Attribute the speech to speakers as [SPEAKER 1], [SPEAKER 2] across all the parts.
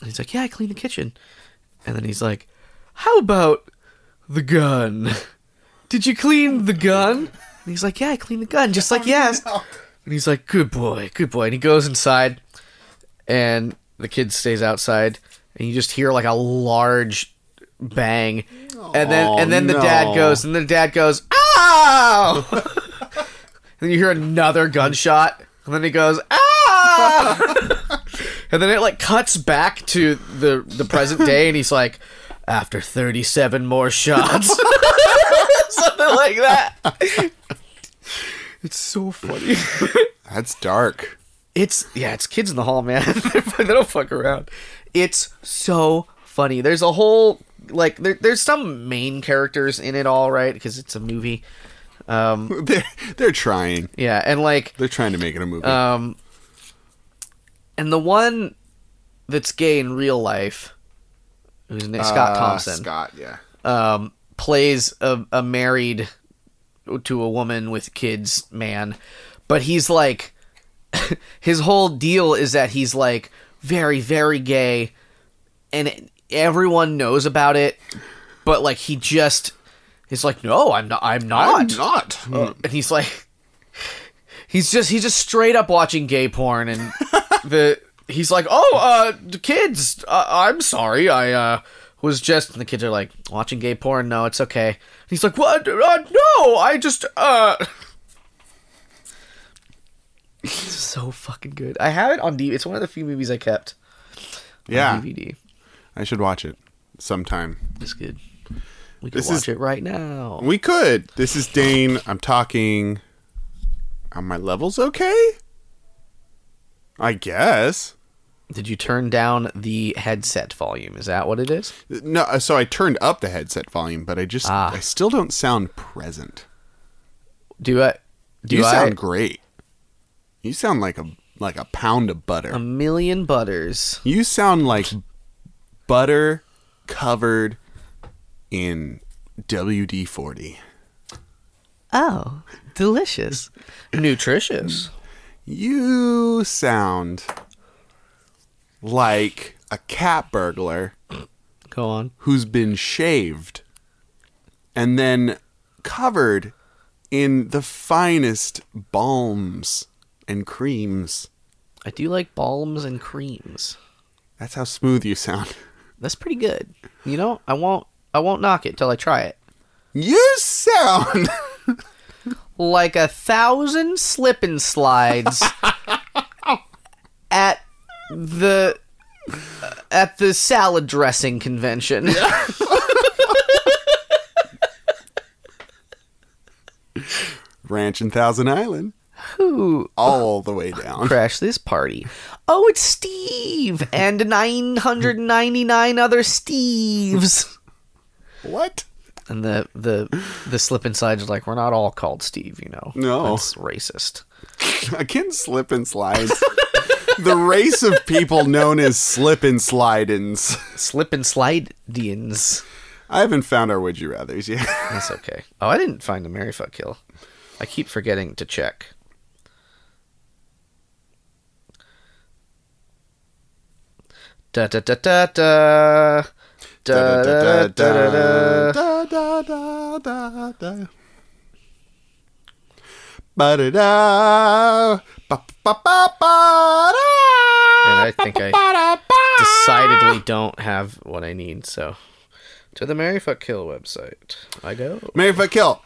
[SPEAKER 1] And he's like, yeah, I clean the kitchen. And then he's like, how about the gun? Did you clean the gun? And he's like, yeah, I cleaned the gun, just like yes. And he's like, good boy, good boy. And he goes inside, and the kid stays outside, and you just hear like a large bang, and then and then the
[SPEAKER 2] no.
[SPEAKER 1] dad goes, and then the dad goes, ow. and then you hear another gunshot, and then he goes, ow. and then it like cuts back to the the present day, and he's like, after thirty seven more shots. Something like that. It's so funny.
[SPEAKER 2] That's dark.
[SPEAKER 1] It's yeah, it's kids in the hall, man. they don't fuck around. It's so funny. There's a whole like there, there's some main characters in it all, right? Because it's a movie. Um,
[SPEAKER 2] They're, they're trying.
[SPEAKER 1] yeah, and like
[SPEAKER 2] They're trying to make it a movie.
[SPEAKER 1] um, and the one that's gay in real life, who's named Scott
[SPEAKER 2] Uh,
[SPEAKER 1] Thompson,
[SPEAKER 2] Scott, yeah.
[SPEAKER 1] um, plays a, a married to a woman with kids man but he's like his whole deal is that he's like very very gay and everyone knows about it but like he just he's like no i'm not i'm not
[SPEAKER 2] I'm not. Uh,
[SPEAKER 1] and he's like he's just he's just straight up watching gay porn and the he's like oh uh the kids uh, i'm sorry i uh was just and the kids are like watching gay porn no it's okay and he's like what uh, no i just uh It's so fucking good i have it on dvd it's one of the few movies i kept on
[SPEAKER 2] yeah,
[SPEAKER 1] dvd
[SPEAKER 2] I should watch it sometime.
[SPEAKER 1] it's good we could
[SPEAKER 2] This
[SPEAKER 1] watch
[SPEAKER 2] is-
[SPEAKER 1] it right now
[SPEAKER 2] We could. This is Dane. I'm talking. Are my levels okay? I guess.
[SPEAKER 1] did you turn down the headset volume is that what it is
[SPEAKER 2] No, uh, so I turned up the headset volume, but I just
[SPEAKER 1] Ah.
[SPEAKER 2] I still don't sound present.
[SPEAKER 1] do i do
[SPEAKER 2] you
[SPEAKER 1] I,
[SPEAKER 2] sound great. You sound like a like a pound of butter.
[SPEAKER 1] a million butters.
[SPEAKER 2] you sound like butter covered in WD-40.
[SPEAKER 1] Oh, delicious. Nutritious.
[SPEAKER 2] You sound like a cat burglar
[SPEAKER 1] Go on.
[SPEAKER 2] who's been shaved and then covered in the finest balms and creams.
[SPEAKER 1] I do like balms and creams.
[SPEAKER 2] That's how smooth you sound.
[SPEAKER 1] That's pretty good. You know, I won't I won't knock it till I try it.
[SPEAKER 2] You sound
[SPEAKER 1] Like a thousand slip and slides at the uh, at the salad dressing convention.
[SPEAKER 2] Ranch and Thousand Island
[SPEAKER 1] Ooh.
[SPEAKER 2] all the way down.
[SPEAKER 1] crash this party. Oh, it's Steve and 999 other Steves.
[SPEAKER 2] What?
[SPEAKER 1] And the the the slip and slides are like, we're not all called Steve, you know.
[SPEAKER 2] No.
[SPEAKER 1] That's racist.
[SPEAKER 2] Again, slip and slides. the race of people known as slip and slidins.
[SPEAKER 1] Slip and slide Dians.
[SPEAKER 2] I haven't found our would you rather's yet.
[SPEAKER 1] That's okay. Oh, I didn't find the Mary Fuck Kill. I keep forgetting to check. Da da da da da. Da da da da da.
[SPEAKER 2] Da, da, da, da, da. Ba-da-da. Ba-ba-ba-ba-da.
[SPEAKER 1] And I think I
[SPEAKER 2] Ba-da-ba.
[SPEAKER 1] decidedly don't have what I need, so. To the Mary Fuck Kill website. I go.
[SPEAKER 2] Mary fuck kill.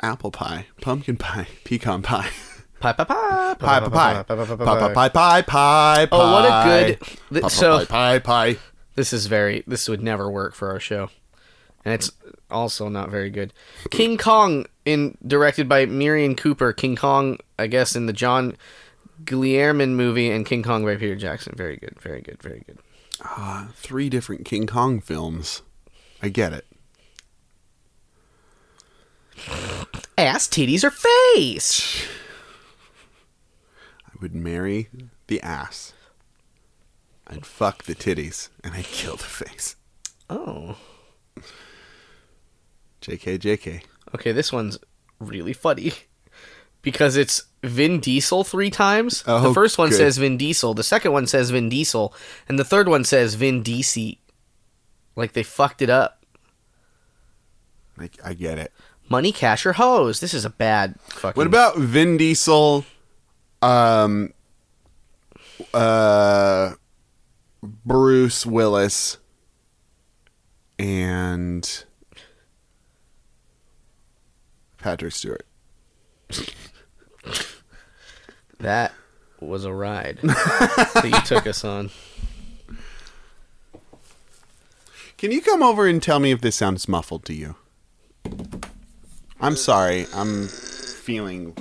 [SPEAKER 2] Apple pie, pumpkin pie, pecan pie,
[SPEAKER 1] Pie pie pie.
[SPEAKER 2] pie pie pie, pie pie pie pie pie.
[SPEAKER 1] Oh, what a
[SPEAKER 2] pie.
[SPEAKER 1] good-
[SPEAKER 2] Pie,
[SPEAKER 1] so-
[SPEAKER 2] pie pie pie.
[SPEAKER 1] This is very. This would never work for our show, and it's also not very good. King Kong, in directed by Miriam Cooper. King Kong, I guess, in the John Guillermin movie, and King Kong by Peter Jackson. Very good. Very good. Very good.
[SPEAKER 2] Three different King Kong films. I get it.
[SPEAKER 1] Ass, titties, or face.
[SPEAKER 2] I would marry the ass. I'd fuck the titties, and I'd kill the face.
[SPEAKER 1] Oh.
[SPEAKER 2] JK, JK.
[SPEAKER 1] Okay, this one's really funny because it's Vin Diesel three times.
[SPEAKER 2] Oh,
[SPEAKER 1] the first one
[SPEAKER 2] good.
[SPEAKER 1] says Vin Diesel, the second one says Vin Diesel, and the third one says Vin Diesel. Like they fucked it up.
[SPEAKER 2] I, I get it.
[SPEAKER 1] Money, cash, or hose. This is a bad fucking.
[SPEAKER 2] What about Vin Diesel? Um, uh, Bruce Willis and Patrick Stewart.
[SPEAKER 1] that? Was a ride that you took us on.
[SPEAKER 2] Can you come over and tell me if this sounds muffled to you? I'm sorry. I'm feeling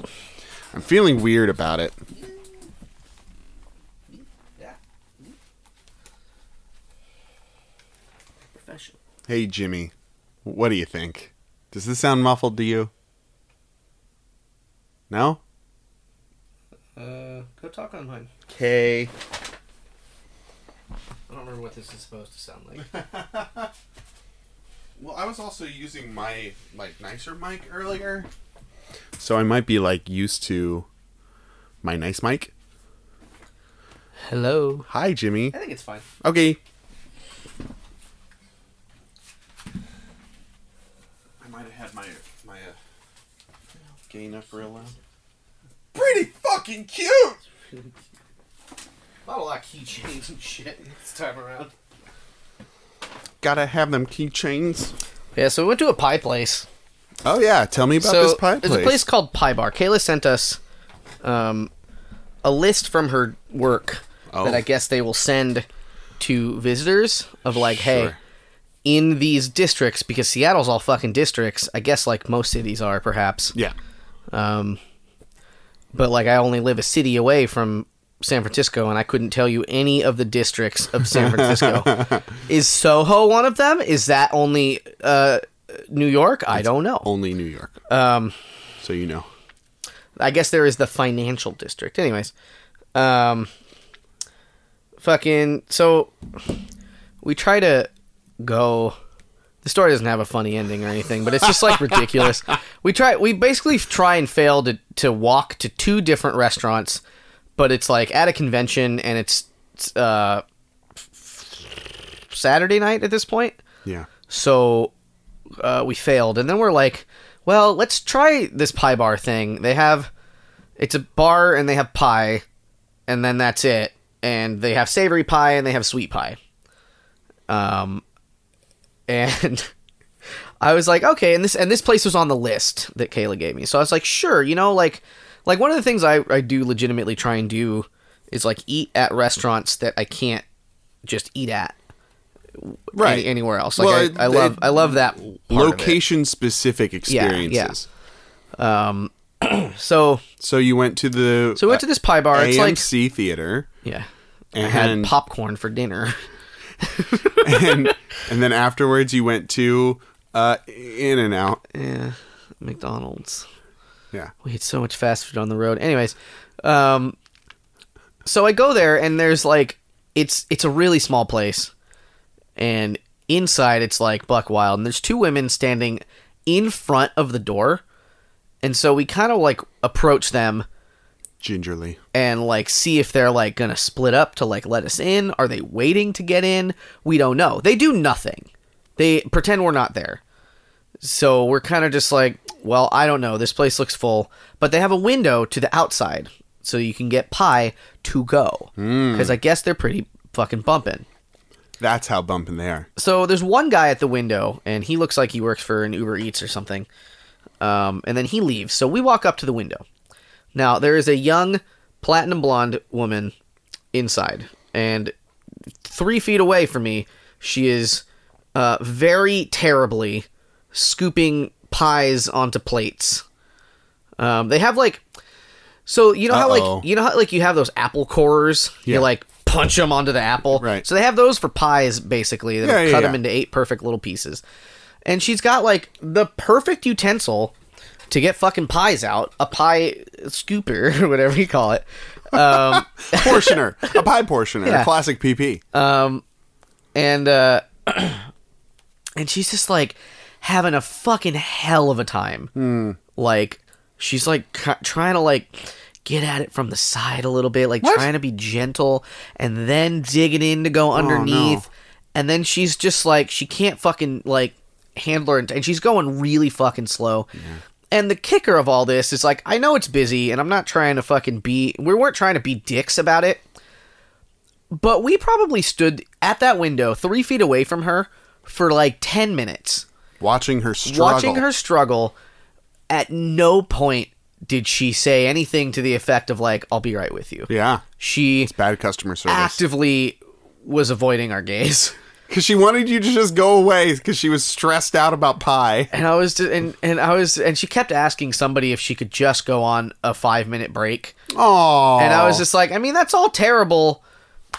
[SPEAKER 2] I'm feeling weird about it.
[SPEAKER 1] Professional.
[SPEAKER 2] Hey Jimmy, what do you think? Does this sound muffled to you? No?
[SPEAKER 1] Uh, go talk on mine.
[SPEAKER 2] Okay.
[SPEAKER 1] I don't remember what this is supposed to sound like.
[SPEAKER 2] Well, I was also using my like nicer mic earlier. So I might be like used to my nice mic.
[SPEAKER 1] Hello.
[SPEAKER 2] Hi Jimmy.
[SPEAKER 1] I think it's fine.
[SPEAKER 2] Okay. I might have had my my uh, gain up real loud. Pretty fucking cute.
[SPEAKER 1] Not a lot of keychains and shit this time around.
[SPEAKER 2] Gotta have them keychains.
[SPEAKER 1] Yeah, so we went to a pie place.
[SPEAKER 2] Oh yeah, tell me about
[SPEAKER 1] so
[SPEAKER 2] this pie
[SPEAKER 1] there's
[SPEAKER 2] place.
[SPEAKER 1] a place called Pie Bar. Kayla sent us um, a list from her work
[SPEAKER 2] Oh.
[SPEAKER 1] that I guess they will send to visitors of like, hey,
[SPEAKER 2] Sure.
[SPEAKER 1] in these districts because Seattle's all fucking districts. I guess like most cities are, perhaps.
[SPEAKER 2] Yeah.
[SPEAKER 1] Um, but like I only live a city away from San Francisco, and I couldn't tell you any of the districts of San Francisco. Is Soho one of them? Is that only uh, New York? I don't know.
[SPEAKER 2] Only New York.
[SPEAKER 1] Um,
[SPEAKER 2] So you know.
[SPEAKER 1] I guess there is the financial district. Anyways, um, fucking. So we try to go. The story doesn't have a funny ending or anything, but it's just like ridiculous. We try. We basically try and fail to to walk to two different restaurants, but it's like at a convention and it's, it's uh, Saturday night at this point.
[SPEAKER 2] Yeah.
[SPEAKER 1] So uh, we failed, and then we're like, "Well, let's try this pie bar thing. They have, it's a bar, and they have pie, and then that's it. And they have savory pie, and they have sweet pie. Um, and I was like, okay, and this and this place was on the list that Kayla gave me. So I was like, sure, you know, like like one of the things I, I do legitimately try and do is like eat at restaurants that I can't just eat at w-
[SPEAKER 2] Right.
[SPEAKER 1] any- anywhere else. Like
[SPEAKER 2] Well,
[SPEAKER 1] I,
[SPEAKER 2] it-
[SPEAKER 1] I love
[SPEAKER 2] it-
[SPEAKER 1] I love that part of it.
[SPEAKER 2] Location specific experiences.
[SPEAKER 1] So
[SPEAKER 2] So you went to the
[SPEAKER 1] so we went to this pie bar.
[SPEAKER 2] uh,
[SPEAKER 1] It's like
[SPEAKER 2] AMC theater
[SPEAKER 1] yeah, I had
[SPEAKER 2] and
[SPEAKER 1] popcorn for dinner.
[SPEAKER 2] and and then afterwards you went to uh In and Out.
[SPEAKER 1] yeah, McDonald's.
[SPEAKER 2] Yeah.
[SPEAKER 1] We had so much fast food on the road. Anyways, um, so I go there and there's like it's it's a really small place, and inside it's like buck wild, and there's two women standing in front of the door, and so we kind of like approach them
[SPEAKER 2] Gingerly.
[SPEAKER 1] and like see if they're like gonna split up to like let us in. Are they waiting to get in? We don't know. They do nothing. They pretend we're not there. So we're kind of just like, well, I don't know. This place looks full, but they have a window to the outside, so you can get pie to go. Because I guess they're pretty fucking bumping.
[SPEAKER 2] That's how bumping they are.
[SPEAKER 1] So there's one guy at the window, and he looks like he works for an Uber Eats or something. Um, and then he leaves. So we walk up to the window. Now there is a young platinum blonde woman inside, and three feet away from me, she is uh, very terribly scooping pies onto plates. Um, they have like, so you know how
[SPEAKER 2] Uh-oh.
[SPEAKER 1] like you know how like you have those apple cores,
[SPEAKER 2] Yeah.
[SPEAKER 1] you like punch them onto the apple.
[SPEAKER 2] Right.
[SPEAKER 1] So they have those for pies basically. They
[SPEAKER 2] Yeah, yeah,
[SPEAKER 1] cut
[SPEAKER 2] yeah.
[SPEAKER 1] them into eight perfect little pieces. And she's got like the perfect utensil to get fucking pies out, a pie scooper or whatever you call it. Um,
[SPEAKER 2] Portioner. a pie portioner.
[SPEAKER 1] Yeah. Uh,
[SPEAKER 2] A classic PP.
[SPEAKER 1] and uh and she's just like having a fucking hell of a time like she's like c- trying to like get at it from the side a little bit, like
[SPEAKER 2] What?
[SPEAKER 1] trying to be gentle, and then digging in to go underneath. And then she's just like, she can't fucking like handle her, and she's going really fucking slow. And the kicker of all this is like, I know it's busy, and I'm not trying to fucking be, we weren't trying to be dicks about it, but we probably stood at that window three feet away from her for like 10 minutes
[SPEAKER 2] Watching her struggle.
[SPEAKER 1] watching her struggle at no point did she say anything to the effect of like i'll be right with you
[SPEAKER 2] Yeah.
[SPEAKER 1] she
[SPEAKER 2] Bad customer
[SPEAKER 1] Ah.
[SPEAKER 2] service.
[SPEAKER 1] actively was avoiding our gaze
[SPEAKER 2] Because she wanted you to just go away because she was stressed out about pie.
[SPEAKER 1] and i was and, and i was and she kept asking somebody if she could just go on a five minute break
[SPEAKER 2] Oh.
[SPEAKER 1] and i was just like i mean that's all terrible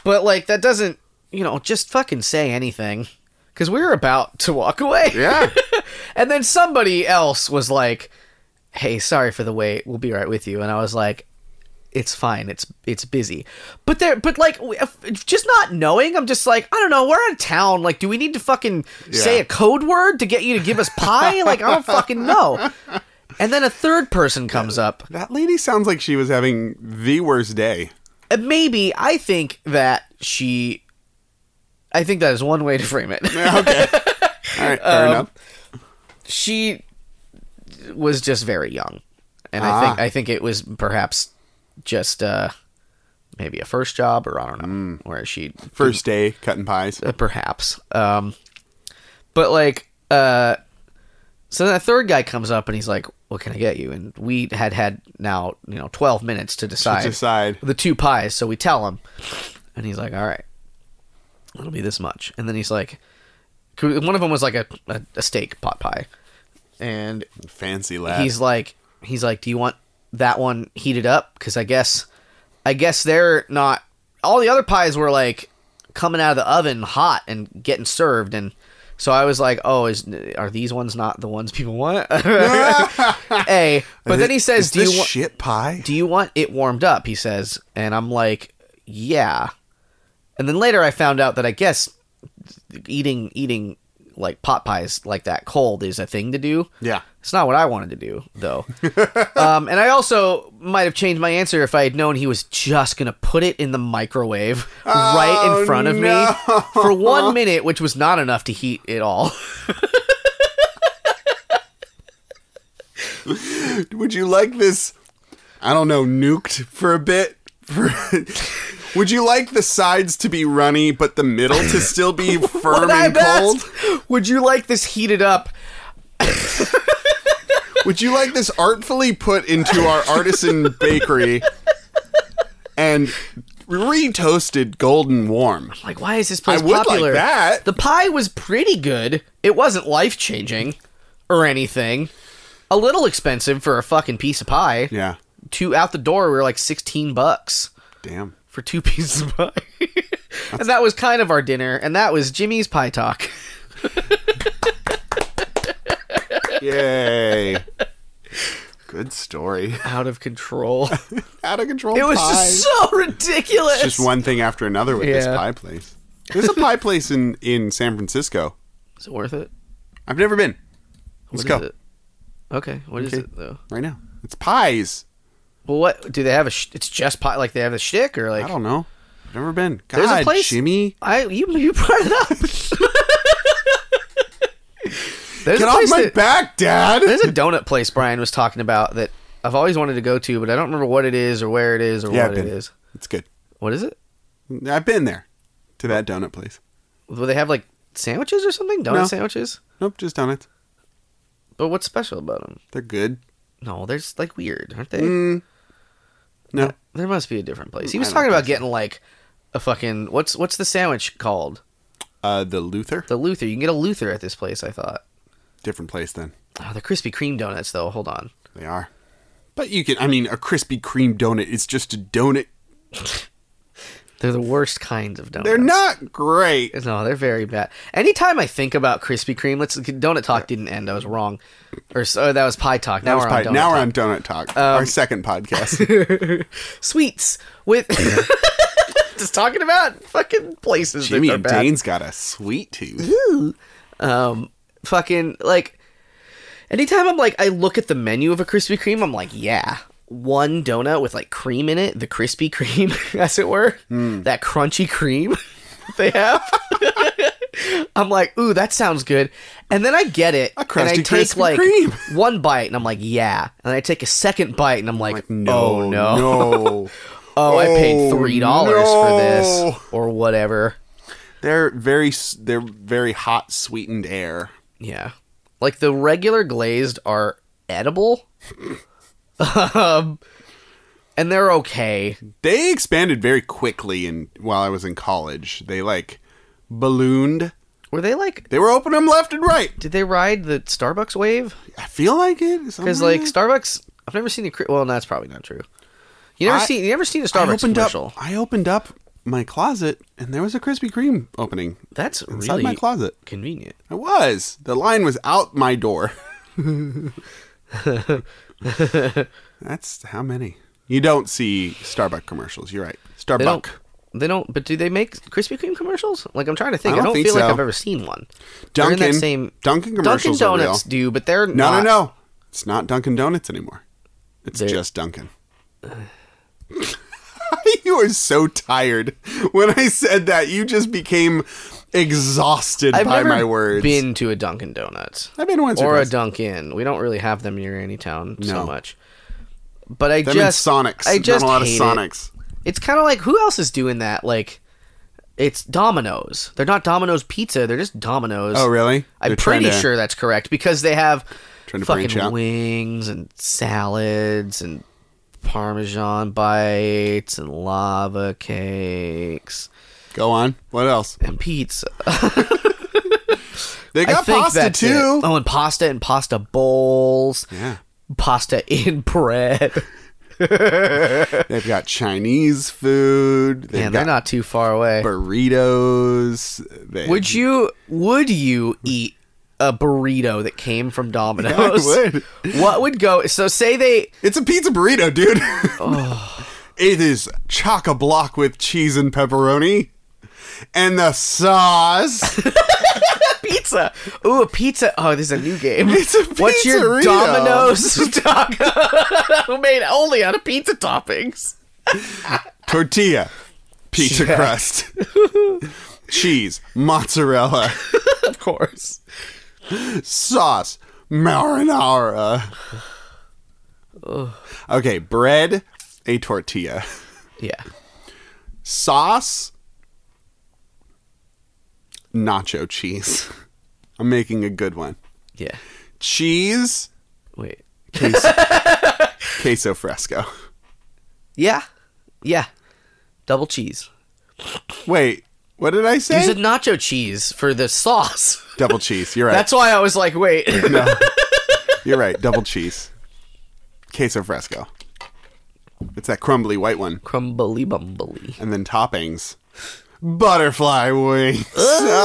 [SPEAKER 1] but like that doesn't you know just fucking say anything because we were about to walk away
[SPEAKER 2] Yeah.
[SPEAKER 1] and then somebody else was like, "Hey, sorry for the wait. We'll be right with you." And I was like, "It's fine. It's it's busy." But there, but like, w- if- just not knowing. I'm just like, I don't know. We're out of town. Like, do we need to fucking say
[SPEAKER 2] Yeah.
[SPEAKER 1] a code word to get you to give us pie? like, I don't fucking know. And then a third person comes up.
[SPEAKER 2] That lady sounds like she was having the worst day.
[SPEAKER 1] And maybe I think that she. I think that is one way to frame it.
[SPEAKER 2] Okay. All right. Fair
[SPEAKER 1] Um,
[SPEAKER 2] enough.
[SPEAKER 1] she was just very young, and I
[SPEAKER 2] Ah.
[SPEAKER 1] think I think it was perhaps just uh, maybe a first job or I don't know, or she
[SPEAKER 2] First day cutting pies.
[SPEAKER 1] uh, perhaps. Um, but like, uh, so then a third guy comes up and he's like, "What can I get you?" And we had had now you know twelve minutes to decide
[SPEAKER 2] decide.
[SPEAKER 1] the two pies. So we tell him, and he's like, "All right, it'll be this much." And then he's like, "One of them was like a, a, a steak pot pie." And
[SPEAKER 2] Fancy lad.
[SPEAKER 1] he's like he's like do you want that one heated up because i guess i guess they're not all the other pies were like coming out of the oven hot and getting served and so i was like oh is are these ones not the ones people want a but then he says
[SPEAKER 2] Is
[SPEAKER 1] do
[SPEAKER 2] this
[SPEAKER 1] you want
[SPEAKER 2] shit pie?
[SPEAKER 1] do you want it warmed up he says and i'm like yeah and then later i found out that i guess eating eating like pot pies like that cold is a thing to do
[SPEAKER 2] Yeah.
[SPEAKER 1] it's not what I wanted to do, though. um, and I also might have changed my answer if I had known he was just going to put it in the microwave right
[SPEAKER 2] Oh,
[SPEAKER 1] in front of
[SPEAKER 2] no.
[SPEAKER 1] me for one minute, which was not enough to heat it all.
[SPEAKER 2] Would you like this? I don't know, nuked for a bit. For- Would you like the sides to be runny, but the middle to still be firm
[SPEAKER 1] When I
[SPEAKER 2] and cold?
[SPEAKER 1] asked, Would you like this heated up?
[SPEAKER 2] Would you like this artfully put into our artisan bakery and re-toasted golden warm?
[SPEAKER 1] Like, why is this place
[SPEAKER 2] I would like
[SPEAKER 1] popular?
[SPEAKER 2] that.
[SPEAKER 1] The pie was pretty good. It wasn't life changing or anything. A little expensive for a fucking piece of pie.
[SPEAKER 2] Yeah.
[SPEAKER 1] Two out the door we were like sixteen bucks.
[SPEAKER 2] Damn.
[SPEAKER 1] for two pieces of pie. and that was kind of our dinner, and that was Jimmy's Pie Talk.
[SPEAKER 2] Yay. Good story.
[SPEAKER 1] Out of control.
[SPEAKER 2] Out of control.
[SPEAKER 1] It was
[SPEAKER 2] pie.
[SPEAKER 1] just so ridiculous.
[SPEAKER 2] It's just one thing after another with this
[SPEAKER 1] Yeah.
[SPEAKER 2] pie place. There's a pie place in in San Francisco.
[SPEAKER 1] Is it worth it?
[SPEAKER 2] I've never been.
[SPEAKER 1] What
[SPEAKER 2] Let's
[SPEAKER 1] is
[SPEAKER 2] go
[SPEAKER 1] it? Okay, What is
[SPEAKER 2] Okay.
[SPEAKER 1] it though?
[SPEAKER 2] right now. It's pies.
[SPEAKER 1] Well, what do they have? A sh- it's just pie. Like they have a shtick or
[SPEAKER 2] I
[SPEAKER 1] like
[SPEAKER 2] don't know. I've never been. God,
[SPEAKER 1] There's a place-
[SPEAKER 2] Jimmy,
[SPEAKER 1] I you you brought it up. there's
[SPEAKER 2] get
[SPEAKER 1] a
[SPEAKER 2] off
[SPEAKER 1] place
[SPEAKER 2] my
[SPEAKER 1] that-
[SPEAKER 2] back, Dad.
[SPEAKER 1] there's a donut place Brian was talking about that I've always wanted to go to, but I don't remember what it is or where it is or
[SPEAKER 2] yeah, I've
[SPEAKER 1] what it
[SPEAKER 2] been.
[SPEAKER 1] is.
[SPEAKER 2] It's good.
[SPEAKER 1] What is it?
[SPEAKER 2] I've been there to that donut place.
[SPEAKER 1] Do they have like sandwiches or something? Donut
[SPEAKER 2] No.
[SPEAKER 1] sandwiches?
[SPEAKER 2] Nope, just donuts.
[SPEAKER 1] But what's special about them?
[SPEAKER 2] They're good.
[SPEAKER 1] No, they're just like weird, aren't they?
[SPEAKER 2] Mm. No,
[SPEAKER 1] There must be a different place. He
[SPEAKER 2] I
[SPEAKER 1] was
[SPEAKER 2] don't
[SPEAKER 1] talking
[SPEAKER 2] think
[SPEAKER 1] about getting like a fucking what's what's the sandwich called?
[SPEAKER 2] uh, the Luther.
[SPEAKER 1] The Luther. You can get a Luther at this place. I thought.
[SPEAKER 2] Different place then.
[SPEAKER 1] Oh, the Krispy Kreme donuts though. Hold on.
[SPEAKER 2] They are. But you can. I mean, a Krispy Kreme donut is just a donut.
[SPEAKER 1] They're the worst kinds of donuts.
[SPEAKER 2] They're not great.
[SPEAKER 1] No, they're very bad. Anytime I think about Krispy Kreme, let's donut talk didn't end. I was wrong, or so that was pie talk. Now
[SPEAKER 2] That was
[SPEAKER 1] we're
[SPEAKER 2] pie-
[SPEAKER 1] on donut
[SPEAKER 2] now
[SPEAKER 1] talk. Um,
[SPEAKER 2] we're on Donut Talk, our second podcast.
[SPEAKER 1] sweets with just talking about fucking places.
[SPEAKER 2] Jimmy
[SPEAKER 1] that are
[SPEAKER 2] and
[SPEAKER 1] bad.
[SPEAKER 2] Dane's got a sweet tooth.
[SPEAKER 1] um fucking like anytime i'm like i look at the menu of a krispy kreme i'm like yeah one donut with like cream in it, the Krispy Kreme, as it were,
[SPEAKER 2] Hmm.
[SPEAKER 1] that crunchy cream they have. I'm like, ooh, that sounds good. And then I get it,
[SPEAKER 2] A
[SPEAKER 1] and I
[SPEAKER 2] crusty
[SPEAKER 1] take
[SPEAKER 2] Krispy
[SPEAKER 1] like
[SPEAKER 2] Kreme.
[SPEAKER 1] one bite, and I'm like, yeah. And then I take a second bite, and I'm like,
[SPEAKER 2] No,
[SPEAKER 1] oh no,
[SPEAKER 2] no.
[SPEAKER 1] oh, I paid
[SPEAKER 2] Oh,
[SPEAKER 1] three dollars for
[SPEAKER 2] no.
[SPEAKER 1] this or whatever.
[SPEAKER 2] they're very s- they're very hot sweetened air.
[SPEAKER 1] Yeah. Like the regular glazed are edible. um, and they're okay.
[SPEAKER 2] They expanded very quickly and while I was in college. They like ballooned.
[SPEAKER 1] Were they like
[SPEAKER 2] They were opening them left and right.
[SPEAKER 1] did they ride the Starbucks wave?
[SPEAKER 2] I feel like it
[SPEAKER 1] Cuz
[SPEAKER 2] something
[SPEAKER 1] like Starbucks I've never seen a cri- well, no, that's probably not true. You never
[SPEAKER 2] I-
[SPEAKER 1] seen you never seen a
[SPEAKER 2] I
[SPEAKER 1] Starbucks
[SPEAKER 2] opened
[SPEAKER 1] commercial.
[SPEAKER 2] up. I opened up my closet and there was a Krispy Kreme opening
[SPEAKER 1] that's
[SPEAKER 2] inside
[SPEAKER 1] really
[SPEAKER 2] my closet.
[SPEAKER 1] convenient.
[SPEAKER 2] It was. The line was out my door. That's how many. You don't see Starbucks commercials. You're right.
[SPEAKER 1] They
[SPEAKER 2] Starbucks.
[SPEAKER 1] don't they don't but do they make Krispy Kreme commercials? Like I'm trying to think. I
[SPEAKER 2] I
[SPEAKER 1] don't,
[SPEAKER 2] don't think
[SPEAKER 1] feel like
[SPEAKER 2] so.
[SPEAKER 1] I've ever seen one. They're in that
[SPEAKER 2] Dunkin'.
[SPEAKER 1] same-
[SPEAKER 2] Dunkin'
[SPEAKER 1] Dunkin'
[SPEAKER 2] commercials are real.
[SPEAKER 1] Donuts do, but they're
[SPEAKER 2] No,
[SPEAKER 1] not.
[SPEAKER 2] no, no. It's not Dunkin' Donuts anymore. It's
[SPEAKER 1] They're-
[SPEAKER 2] just Dunkin'. you are so tired. When I said that, you just became exhausted
[SPEAKER 1] I've
[SPEAKER 2] by
[SPEAKER 1] never
[SPEAKER 2] my words.
[SPEAKER 1] been to a Dunkin' Donuts.
[SPEAKER 2] I've been once
[SPEAKER 1] or
[SPEAKER 2] or
[SPEAKER 1] a
[SPEAKER 2] twice.
[SPEAKER 1] Dunkin'. We don't really have them near any town so
[SPEAKER 2] No.
[SPEAKER 1] much. But I
[SPEAKER 2] Them and
[SPEAKER 1] just
[SPEAKER 2] Sonics.
[SPEAKER 1] I just
[SPEAKER 2] not a lot of
[SPEAKER 1] hate It.
[SPEAKER 2] Sonics.
[SPEAKER 1] It's kind of like who else is doing that? Like it's Domino's. They're not Domino's Pizza. They're just Domino's.
[SPEAKER 2] Oh, really?
[SPEAKER 1] I'm
[SPEAKER 2] They're trying
[SPEAKER 1] pretty
[SPEAKER 2] to-
[SPEAKER 1] sure that's correct because they have
[SPEAKER 2] Trying to branch
[SPEAKER 1] fucking
[SPEAKER 2] out.
[SPEAKER 1] wings and salads and parmesan bites and lava cakes
[SPEAKER 2] Go on. What else?
[SPEAKER 1] and pizza.
[SPEAKER 2] They
[SPEAKER 1] I
[SPEAKER 2] got
[SPEAKER 1] think
[SPEAKER 2] pasta
[SPEAKER 1] that's it.
[SPEAKER 2] too.
[SPEAKER 1] Oh, and pasta and pasta bowls.
[SPEAKER 2] Yeah.
[SPEAKER 1] Pasta in bread.
[SPEAKER 2] They've got Chinese food. They've
[SPEAKER 1] Man,
[SPEAKER 2] got
[SPEAKER 1] they're not too far away.
[SPEAKER 2] burritos. They,
[SPEAKER 1] Would you would you eat a burrito that came from Domino's?
[SPEAKER 2] Yeah, I would.
[SPEAKER 1] What would go so say they
[SPEAKER 2] It's a pizza burrito, dude.
[SPEAKER 1] Oh.
[SPEAKER 2] It is chock a block with cheese and pepperoni. And the sauce.
[SPEAKER 1] pizza. Ooh, a pizza. Oh, this is a new game.
[SPEAKER 2] It's a
[SPEAKER 1] What's your
[SPEAKER 2] pizzeria.
[SPEAKER 1] Domino's taco made only out of pizza toppings?
[SPEAKER 2] tortilla. Pizza
[SPEAKER 1] Yeah.
[SPEAKER 2] crust. cheese. Mozzarella.
[SPEAKER 1] of course.
[SPEAKER 2] Sauce. Marinara. Okay, bread. A tortilla.
[SPEAKER 1] Yeah.
[SPEAKER 2] Sauce. Nacho cheese. I'm making a good one.
[SPEAKER 1] Yeah.
[SPEAKER 2] Cheese.
[SPEAKER 1] Wait.
[SPEAKER 2] queso, queso fresco.
[SPEAKER 1] Yeah. Yeah. Double cheese.
[SPEAKER 2] Wait, what did I say?
[SPEAKER 1] You said nacho cheese for the sauce.
[SPEAKER 2] double cheese. You're right.
[SPEAKER 1] That's why I was like, wait.
[SPEAKER 2] You're right. Double cheese. Queso fresco. It's that crumbly white one,
[SPEAKER 1] Crumbly bumbly.
[SPEAKER 2] and then toppings. Butterfly wings.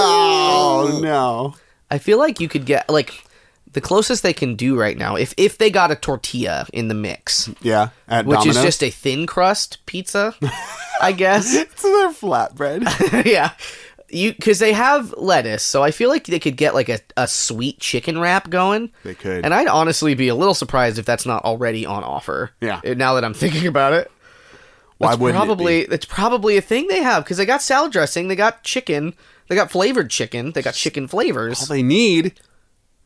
[SPEAKER 2] Oh no.
[SPEAKER 1] I feel like you could get like the closest they can do right now if if they got a tortilla in the mix,
[SPEAKER 2] Yeah, at
[SPEAKER 1] which
[SPEAKER 2] Domino's.
[SPEAKER 1] is just a thin crust pizza, I guess.
[SPEAKER 2] it's their flatbread.
[SPEAKER 1] yeah. You cuz they have lettuce, so I feel like they could get like a, a sweet chicken wrap going.
[SPEAKER 2] They could.
[SPEAKER 1] And I'd honestly be a little surprised if that's not already on offer.
[SPEAKER 2] Yeah.
[SPEAKER 1] eh, Now that I'm thinking about it.
[SPEAKER 2] Why
[SPEAKER 1] That's
[SPEAKER 2] wouldn't it
[SPEAKER 1] probably
[SPEAKER 2] be?
[SPEAKER 1] it's probably a thing they have cuz they got salad dressing, they got chicken, they got flavored chicken, they got chicken flavors.
[SPEAKER 2] All they need is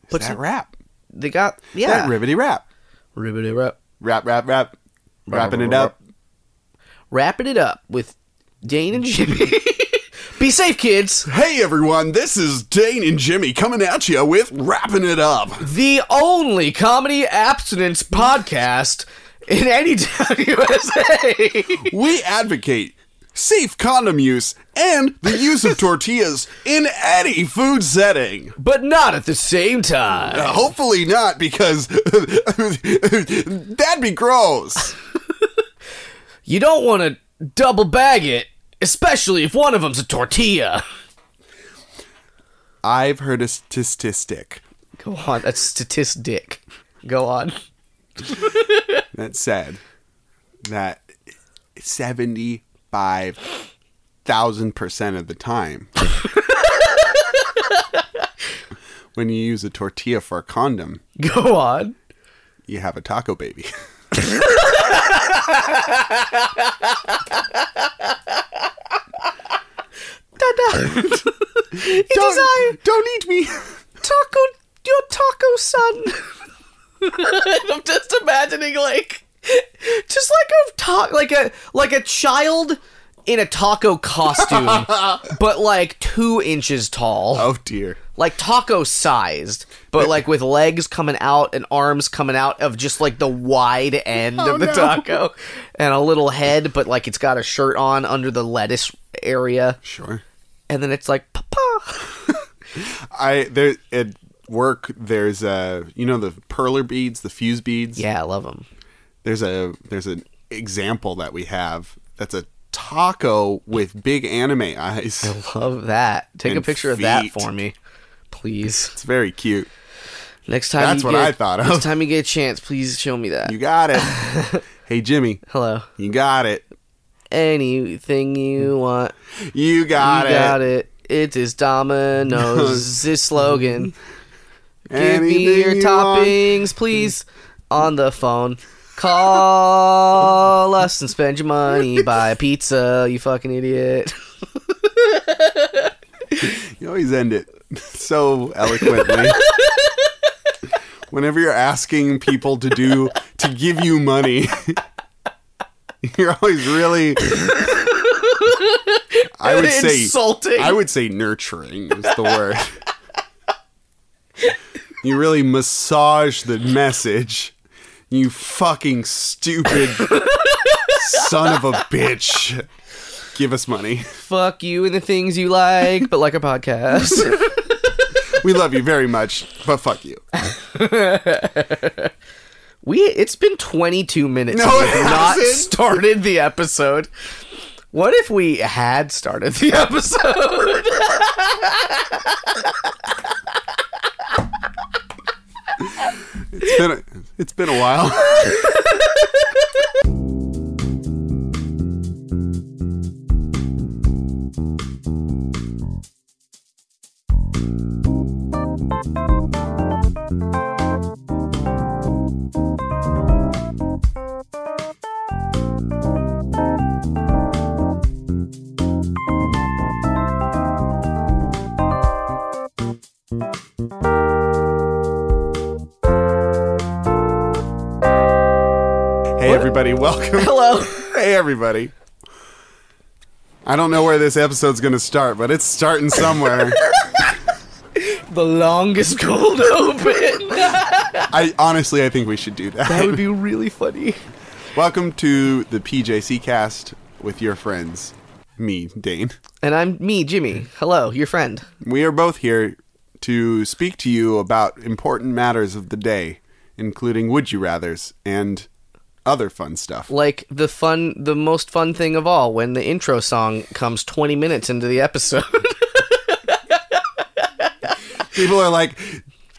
[SPEAKER 1] Put
[SPEAKER 2] that
[SPEAKER 1] some-
[SPEAKER 2] wrap.
[SPEAKER 1] they got
[SPEAKER 2] That
[SPEAKER 1] yeah.
[SPEAKER 2] ribbity wrap.
[SPEAKER 1] Ribbity wrap.
[SPEAKER 2] Wrap, wrap, wrap. Wrapping it up.
[SPEAKER 1] wrapping it up with Dane and Jimmy. Be safe, kids.
[SPEAKER 2] Hey everyone, this is Dane and Jimmy coming at you with Wrapping It Up.
[SPEAKER 1] The only comedy abstinence podcast in any town USA.
[SPEAKER 2] We advocate safe condom use and the use of tortillas in any food setting.
[SPEAKER 1] but not at the same time.
[SPEAKER 2] Uh, hopefully not because that'd be gross.
[SPEAKER 1] You don't want to double bag it, especially if one of them's a tortilla.
[SPEAKER 2] I've heard a statistic
[SPEAKER 1] Go on, that's statistic. Go on.
[SPEAKER 2] that said that 75,000% of the time when you use a tortilla for a condom,
[SPEAKER 1] Go on.
[SPEAKER 2] you have a taco baby.
[SPEAKER 1] It is I,
[SPEAKER 2] don't eat me.
[SPEAKER 1] Taco, your Taco Son. I'm just imagining like, just like a ta- like a like a child in a taco costume, but like two inches tall.
[SPEAKER 2] oh dear.
[SPEAKER 1] like taco sized, but like with legs coming out and arms coming out of just like the wide end
[SPEAKER 2] Oh,
[SPEAKER 1] of the
[SPEAKER 2] no.
[SPEAKER 1] taco, and a little head, but like it's got a shirt on under the lettuce area,
[SPEAKER 2] Sure.
[SPEAKER 1] and then it's like papa.
[SPEAKER 2] I there at work. There's uh you know the perler beads, the fuse beads.
[SPEAKER 1] Yeah, I love them.
[SPEAKER 2] There's a there's an example that we have that's a taco with big anime
[SPEAKER 1] Oh.
[SPEAKER 2] eyes.
[SPEAKER 1] Love that. Take a
[SPEAKER 2] And
[SPEAKER 1] picture of that
[SPEAKER 2] feet.
[SPEAKER 1] for me, please.
[SPEAKER 2] It's very cute.
[SPEAKER 1] Next time.
[SPEAKER 2] That's
[SPEAKER 1] you
[SPEAKER 2] what
[SPEAKER 1] get-
[SPEAKER 2] I thought of.
[SPEAKER 1] Next time you get a chance, please show me that.
[SPEAKER 2] You got it. hey Jimmy,
[SPEAKER 1] Hello.
[SPEAKER 2] you got it.
[SPEAKER 1] Anything you want.
[SPEAKER 2] You Mm. got
[SPEAKER 1] you
[SPEAKER 2] it.
[SPEAKER 1] got it. It is Domino's. this slogan. Give me
[SPEAKER 2] Anything
[SPEAKER 1] your
[SPEAKER 2] you
[SPEAKER 1] toppings, please, on the phone. Call us and spend your money. Buy a pizza, you fucking idiot.
[SPEAKER 2] want. You always end it so eloquently. Whenever you're asking people to do to give you money, you're always really. I would say
[SPEAKER 1] Insulting.
[SPEAKER 2] I would say nurturing is the word. you really massage the message. You fucking stupid son of a bitch. Give us money.
[SPEAKER 1] Fuck you and the things you like, but like our podcast.
[SPEAKER 2] We love you very much, but fuck you.
[SPEAKER 1] we it's been 22 minutes.
[SPEAKER 2] No,
[SPEAKER 1] and
[SPEAKER 2] it
[SPEAKER 1] we've not
[SPEAKER 2] hasn't.
[SPEAKER 1] started the episode. What if we had started the episode?
[SPEAKER 2] It's been a, it's been a while. Hey everybody, welcome.
[SPEAKER 1] Hello.
[SPEAKER 2] Hey everybody. I don't know where this episode's going to start, but it's starting somewhere.
[SPEAKER 1] The longest cold open.
[SPEAKER 2] I honestly I think we should do
[SPEAKER 1] that would be really funny.
[SPEAKER 2] Welcome to the PJC cast with your friends, me, Dane.
[SPEAKER 1] And I'm me, Jimmy. Hello, your friend.
[SPEAKER 2] We are both here to speak to you about important matters of the day, including would you rathers and other fun stuff.
[SPEAKER 1] like the fun the most fun thing of all when the intro song comes 20 minutes into the episode
[SPEAKER 2] People are like,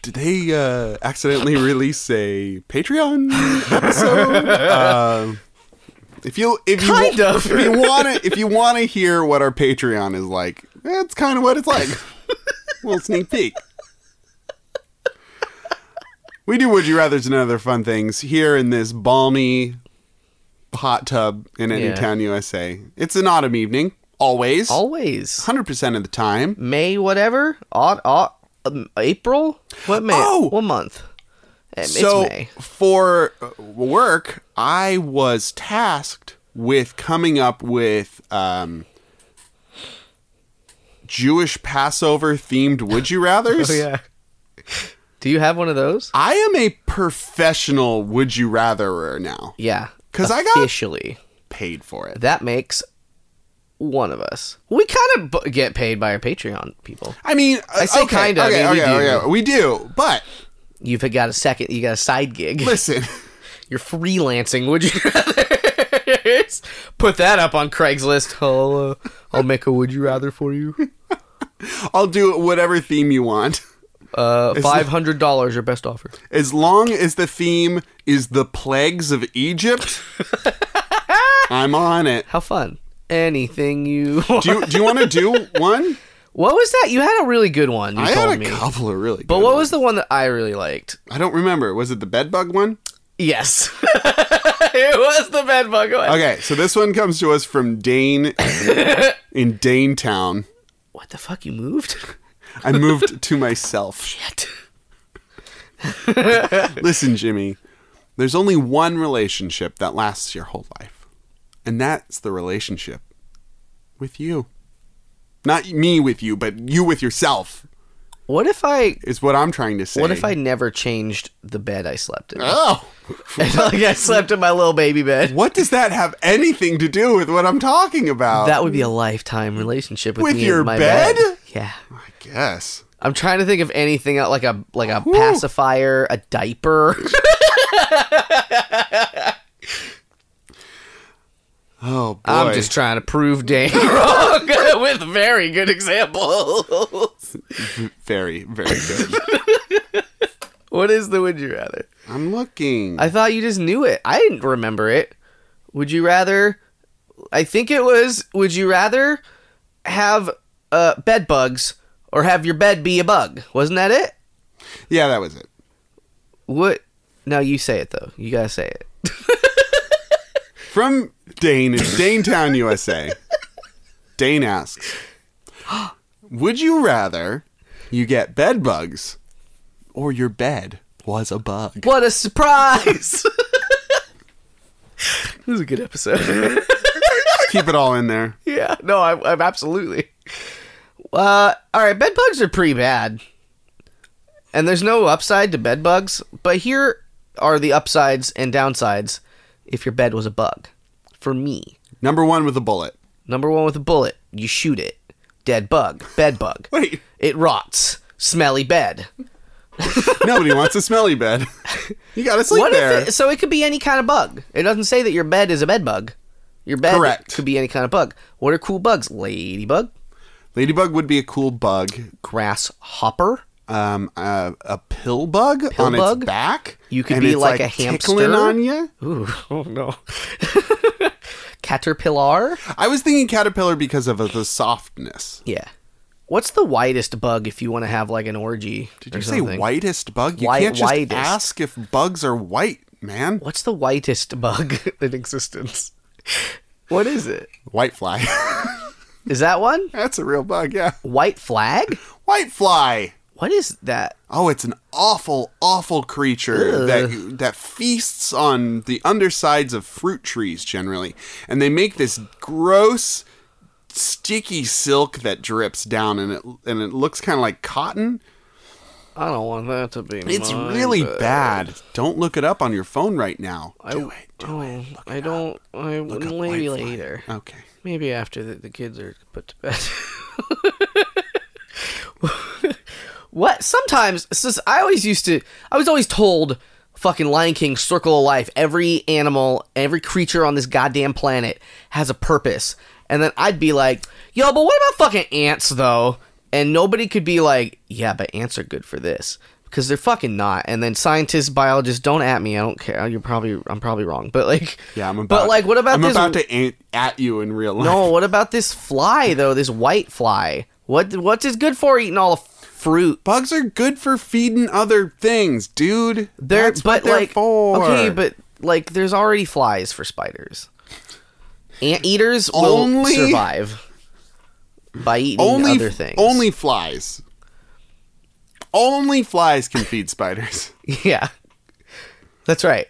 [SPEAKER 2] did they uh, accidentally release a Patreon episode? Um, if you if you
[SPEAKER 1] Kind of.
[SPEAKER 2] if you want to if you want to hear what our Patreon is like, that's kind of what it's like. little sneak peek. We do would you rather's and other fun things here in this balmy hot tub in E
[SPEAKER 1] Yeah.
[SPEAKER 2] Anytown, USA. It's an autumn evening, always,
[SPEAKER 1] always
[SPEAKER 2] hundred percent of the time.
[SPEAKER 1] may whatever aught, aught, um, april what may
[SPEAKER 2] Oh!
[SPEAKER 1] what month Um,
[SPEAKER 2] so
[SPEAKER 1] it's may
[SPEAKER 2] for uh, work, I was tasked with coming up with um, Jewish Passover themed would you rather's.
[SPEAKER 1] Oh, do you have one of those
[SPEAKER 2] I am a professional would you ratherer now
[SPEAKER 1] yeah
[SPEAKER 2] 'Cause I got-
[SPEAKER 1] officially
[SPEAKER 2] paid for it.
[SPEAKER 1] that makes one of us we kind of b- get paid by our patreon people
[SPEAKER 2] I mean, uh,
[SPEAKER 1] I say
[SPEAKER 2] okay,
[SPEAKER 1] kinda, I
[SPEAKER 2] Okay,
[SPEAKER 1] mean, we
[SPEAKER 2] okay,
[SPEAKER 1] do.
[SPEAKER 2] okay, we do, but
[SPEAKER 1] you've got a second you got a side gig
[SPEAKER 2] listen,
[SPEAKER 1] You're freelancing, would you rather? Put that up on Craigslist. I'll, uh, I'll make a would you rather for you.
[SPEAKER 2] I'll do whatever theme you want.
[SPEAKER 1] Uh, Five hundred dollars, your best offer.
[SPEAKER 2] As long as the theme is the plagues of Egypt, I'm on it.
[SPEAKER 1] How fun! Anything you.
[SPEAKER 2] Do you, do you want to do one?
[SPEAKER 1] what was that? You had a really good one. You
[SPEAKER 2] I
[SPEAKER 1] told
[SPEAKER 2] had a
[SPEAKER 1] me.
[SPEAKER 2] couple of really.
[SPEAKER 1] but what was the one that I really liked?
[SPEAKER 2] I don't remember. Was it the bedbug one?
[SPEAKER 1] Yes. it was the bed bug. Go ahead.
[SPEAKER 2] Okay, so this one comes to us from Dane in Danetown.
[SPEAKER 1] What the fuck? You moved?
[SPEAKER 2] I moved to myself.
[SPEAKER 1] Shit.
[SPEAKER 2] Listen, Jimmy, there's only one relationship that lasts your whole life, and that's the relationship with you. Not me with you, but you with yourself
[SPEAKER 1] What if I?
[SPEAKER 2] is what I'm trying to say.
[SPEAKER 1] What if I never changed the bed I slept in?
[SPEAKER 2] Oh,
[SPEAKER 1] like I slept in my little baby bed.
[SPEAKER 2] what does that have anything to do with what I'm talking about?
[SPEAKER 1] That would be a lifetime relationship with,
[SPEAKER 2] With
[SPEAKER 1] me and
[SPEAKER 2] your
[SPEAKER 1] my
[SPEAKER 2] bed?
[SPEAKER 1] Yeah,
[SPEAKER 2] I guess.
[SPEAKER 1] I'm trying to think of anything else, like a like a
[SPEAKER 2] Whew.
[SPEAKER 1] pacifier, a diaper.
[SPEAKER 2] Oh boy.
[SPEAKER 1] I'm just trying to prove Dane wrong with very good examples.
[SPEAKER 2] very, very good.
[SPEAKER 1] what is the would you rather?
[SPEAKER 2] I'm looking.
[SPEAKER 1] I thought you just knew it. I didn't remember it. Would you rather? I think it was. Would you rather have uh, bed bugs or have your bed be a bug? Wasn't that it?
[SPEAKER 2] yeah, that was it.
[SPEAKER 1] What? No, you say it though. You gotta say it.
[SPEAKER 2] From Dane in Danetown, USA. Dane asks Would you rather you get bed bugs or your bed was a bug?
[SPEAKER 1] What a surprise! this is a good episode.
[SPEAKER 2] Keep it all in there.
[SPEAKER 1] yeah. No, I'm, I'm absolutely. Uh, all right. Bed bugs are pretty bad, and there's no upside to bed bugs. But here are the upsides and downsides. If your bed was a bug, for me,
[SPEAKER 2] Number one with a bullet.
[SPEAKER 1] number one with a bullet, you shoot it. Dead bug. Bed bug.
[SPEAKER 2] Wait,
[SPEAKER 1] It rots. Smelly bed.
[SPEAKER 2] nobody wants a smelly bed. You gotta sleep
[SPEAKER 1] What
[SPEAKER 2] there.
[SPEAKER 1] if it, so it could be any kind of bug? It doesn't say that your bed is a bed bug. Your bed
[SPEAKER 2] Correct.
[SPEAKER 1] could be any kind of bug. What are cool bugs? Ladybug,
[SPEAKER 2] Ladybug would be a cool bug.
[SPEAKER 1] grasshopper.
[SPEAKER 2] Um, uh, a pill bug on
[SPEAKER 1] bug?
[SPEAKER 2] its back.
[SPEAKER 1] You could
[SPEAKER 2] and
[SPEAKER 1] be
[SPEAKER 2] it's,
[SPEAKER 1] like a hamster.
[SPEAKER 2] tickling on you.
[SPEAKER 1] Ooh, oh no. Caterpillar?
[SPEAKER 2] I was thinking caterpillar because of the softness.
[SPEAKER 1] Yeah. What's the whitest bug if you want to have like an orgy?
[SPEAKER 2] Did
[SPEAKER 1] or
[SPEAKER 2] you say
[SPEAKER 1] something?
[SPEAKER 2] whitest bug? You
[SPEAKER 1] White-
[SPEAKER 2] can't just
[SPEAKER 1] whitest.
[SPEAKER 2] ask if bugs are white, man.
[SPEAKER 1] What's the whitest bug in existence? What is it?
[SPEAKER 2] White fly.
[SPEAKER 1] Is that one?
[SPEAKER 2] That's a real bug, yeah.
[SPEAKER 1] White flag?
[SPEAKER 2] White fly.
[SPEAKER 1] What is that?
[SPEAKER 2] Oh, it's an awful, awful creature
[SPEAKER 1] Ugh.
[SPEAKER 2] that you- that feasts on the undersides of fruit trees generally, and they make this gross, sticky silk that drips down, and it and it looks kind of like cotton.
[SPEAKER 1] I don't want that to be.
[SPEAKER 2] It's
[SPEAKER 1] mine,
[SPEAKER 2] really
[SPEAKER 1] but-
[SPEAKER 2] bad. Don't look it up on your phone right now.
[SPEAKER 1] I,
[SPEAKER 2] Do it. Do
[SPEAKER 1] oh,
[SPEAKER 2] it.
[SPEAKER 1] I don't. I
[SPEAKER 2] Look up
[SPEAKER 1] maybe
[SPEAKER 2] white fly.
[SPEAKER 1] later.
[SPEAKER 2] Okay.
[SPEAKER 1] Maybe after the, the kids are put to bed. what? Sometimes it's just- I always used to. I was always told, "Fucking Lion King, Circle of Life. Every animal, every creature on this goddamn planet has a purpose." And then I'd be like, "Yo, but what about fucking ants, though?" And nobody could be like, "Yeah, but ants are good for this." Because they're fucking not, and then scientists, biologists, don't at me. I don't care. You're probably, I'm probably wrong, but like,
[SPEAKER 2] Yeah, I'm about.
[SPEAKER 1] But like, what about
[SPEAKER 2] I'm
[SPEAKER 1] this?
[SPEAKER 2] about to ant at you in real life.
[SPEAKER 1] No, Oh, what about this fly though? This white fly. What what's it good for? Eating all the fruit.
[SPEAKER 2] Bugs are good for feeding other things, dude.
[SPEAKER 1] They're
[SPEAKER 2] That's
[SPEAKER 1] but
[SPEAKER 2] what they're
[SPEAKER 1] like
[SPEAKER 2] for.
[SPEAKER 1] okay, but like there's already flies for spiders. Ant eaters will
[SPEAKER 2] Only-
[SPEAKER 1] survive by eating
[SPEAKER 2] only
[SPEAKER 1] other things.
[SPEAKER 2] only flies. Only flies can feed spiders.
[SPEAKER 1] yeah, that's right.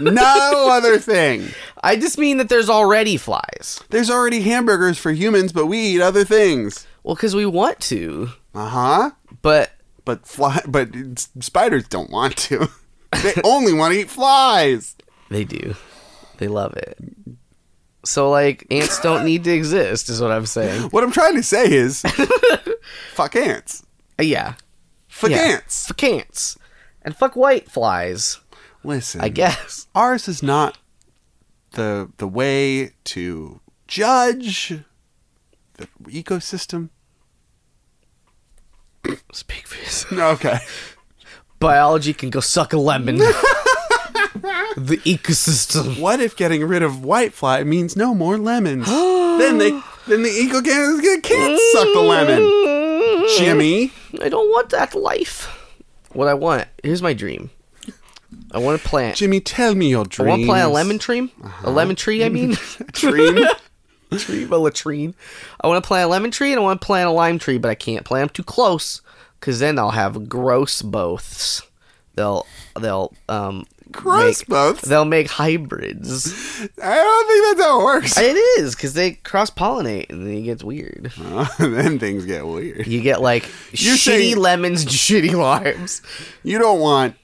[SPEAKER 2] no other thing.
[SPEAKER 1] I just mean that there's already flies.
[SPEAKER 2] There's already hamburgers for humans, but we eat other things.
[SPEAKER 1] Well, because we want to,
[SPEAKER 2] Uh huh.
[SPEAKER 1] but
[SPEAKER 2] But fly, but it's- spiders don't want to. They only want to eat flies.
[SPEAKER 1] they do. They love it. So like ants don't need to exist is what I'm saying.
[SPEAKER 2] What I'm trying to say is, fuck ants.
[SPEAKER 1] Uh, Yeah.
[SPEAKER 2] Fuck
[SPEAKER 1] Yeah.
[SPEAKER 2] ants.
[SPEAKER 1] Fuck ants. And fuck white flies,
[SPEAKER 2] Listen,
[SPEAKER 1] I guess.
[SPEAKER 2] ours is not the the way to judge the ecosystem.
[SPEAKER 1] Speak for yourself.
[SPEAKER 2] Okay.
[SPEAKER 1] Biology can go suck a lemon. the ecosystem.
[SPEAKER 2] What if getting rid of whitefly means no more lemons? then they then the eco can't, can't suck the lemon. Jimmy,
[SPEAKER 1] I don't want that life. What I want, here's my dream. I want to plant.
[SPEAKER 2] Jimmy, tell me your
[SPEAKER 1] I
[SPEAKER 2] dreams.
[SPEAKER 1] want to plant a lemon tree. A
[SPEAKER 2] Uh-huh.
[SPEAKER 1] lemon tree, I mean.
[SPEAKER 2] dream.
[SPEAKER 1] tree, a latrine. I want to plant a lemon tree and I want to plant a lime tree, but I can't plant them too close because then I'll have gross boths. They'll they'll um
[SPEAKER 2] Gross
[SPEAKER 1] make-
[SPEAKER 2] boths?
[SPEAKER 1] They'll make hybrids.
[SPEAKER 2] I don't think that's how it works.
[SPEAKER 1] it is because they cross pollinate and then it gets weird.
[SPEAKER 2] then things get weird.
[SPEAKER 1] You get like
[SPEAKER 2] You're
[SPEAKER 1] shitty
[SPEAKER 2] saying-
[SPEAKER 1] lemons, and shitty limes.
[SPEAKER 2] You don't want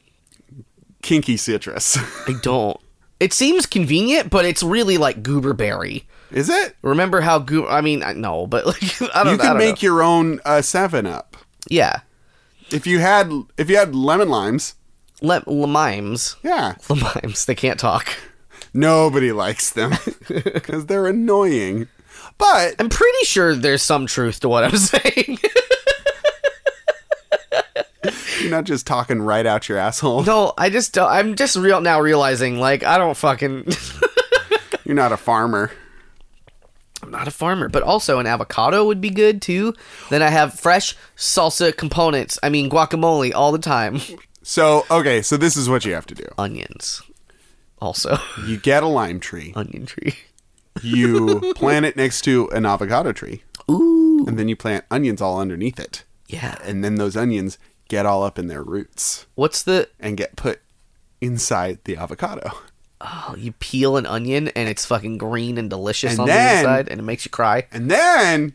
[SPEAKER 2] kinky citrus,
[SPEAKER 1] I don't. It seems convenient, but it's really like gooberberry.
[SPEAKER 2] is it?
[SPEAKER 1] Remember how goober? I mean, I- no, but like I don't.
[SPEAKER 2] You
[SPEAKER 1] I
[SPEAKER 2] could
[SPEAKER 1] don't
[SPEAKER 2] make
[SPEAKER 1] know.
[SPEAKER 2] your own uh, Seven Up
[SPEAKER 1] yeah,
[SPEAKER 2] if you had if you had lemon limes.
[SPEAKER 1] Le- limes.
[SPEAKER 2] Yeah,
[SPEAKER 1] Limes. They can't talk.
[SPEAKER 2] nobody likes them because they're annoying. But
[SPEAKER 1] I'm pretty sure there's some truth to what I'm saying.
[SPEAKER 2] you're not just talking right out your asshole.
[SPEAKER 1] no, I just don't, I'm just real now realizing like I don't fucking
[SPEAKER 2] You're not a farmer.
[SPEAKER 1] I'm not a farmer, but also an avocado would be good too. Then I have fresh salsa components. I mean guacamole all the time.
[SPEAKER 2] So okay, so this is what you have to do.
[SPEAKER 1] Onions. Also
[SPEAKER 2] You get a lime tree.
[SPEAKER 1] onion tree.
[SPEAKER 2] You plant it next to an avocado tree,
[SPEAKER 1] Ooh.
[SPEAKER 2] and then you plant onions all underneath it.
[SPEAKER 1] Yeah.
[SPEAKER 2] And then those onions get all up in their roots
[SPEAKER 1] What's the
[SPEAKER 2] and get put inside the avocado.
[SPEAKER 1] Oh, you peel an onion and it's fucking green and delicious
[SPEAKER 2] And
[SPEAKER 1] on
[SPEAKER 2] then-
[SPEAKER 1] the inside and it makes you cry.
[SPEAKER 2] And then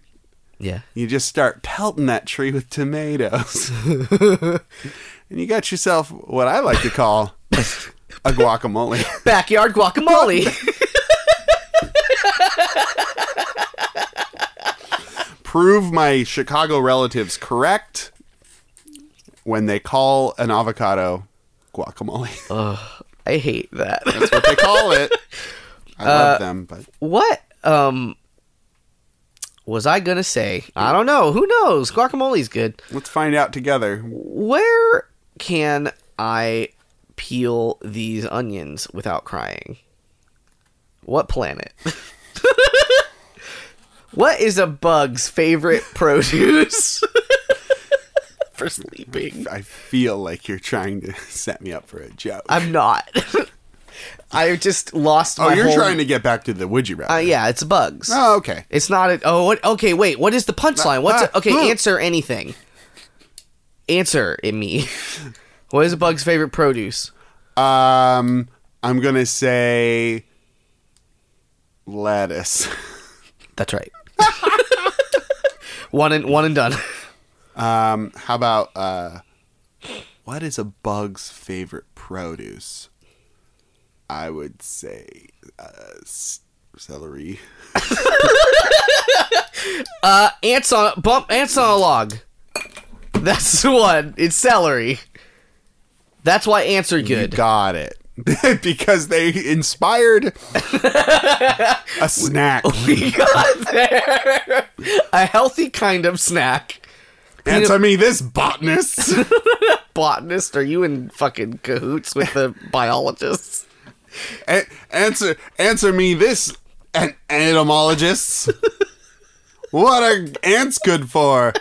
[SPEAKER 1] Yeah.
[SPEAKER 2] you just start pelting that tree with tomatoes. and you got yourself what I like to call a guacamole.
[SPEAKER 1] Backyard guacamole.
[SPEAKER 2] Prove my Chicago relatives correct when they call an avocado guacamole.
[SPEAKER 1] I hate that.
[SPEAKER 2] That's what they call it. Uh, I love them, but
[SPEAKER 1] what um was I gonna say? I don't know. Who knows? Guacamole's good.
[SPEAKER 2] let's find out together.
[SPEAKER 1] Where can I peel these onions without crying? What planet? what is a bug's favorite produce for sleeping?
[SPEAKER 2] I feel like you're trying to set me up for a joke.
[SPEAKER 1] I'm not. I just lost my
[SPEAKER 2] oh, you're
[SPEAKER 1] whole-
[SPEAKER 2] trying to get back to the would you rather.
[SPEAKER 1] Uh, yeah, it's bugs.
[SPEAKER 2] Oh, okay.
[SPEAKER 1] It's not a. Oh, what, okay. Wait. What is the punchline? What's
[SPEAKER 2] ah,
[SPEAKER 1] a, okay?
[SPEAKER 2] huh.
[SPEAKER 1] Answer anything. Answer it me. what is a bug's favorite produce?
[SPEAKER 2] Um, I'm gonna say lettuce.
[SPEAKER 1] That's right. one and one and done.
[SPEAKER 2] Um, how about uh, what is a bug's favorite produce? I would say uh, s- celery.
[SPEAKER 1] Ants on bump. Ants on a log. That's the one. It's celery. That's why answer
[SPEAKER 2] You
[SPEAKER 1] good.
[SPEAKER 2] got it. because they inspired a snack.
[SPEAKER 1] We got there. a healthy kind of snack.
[SPEAKER 2] Answer me this, botanist.
[SPEAKER 1] Botanist, are you in fucking cahoots with the biologists?
[SPEAKER 2] A- answer answer me this an entomologists what are ants good for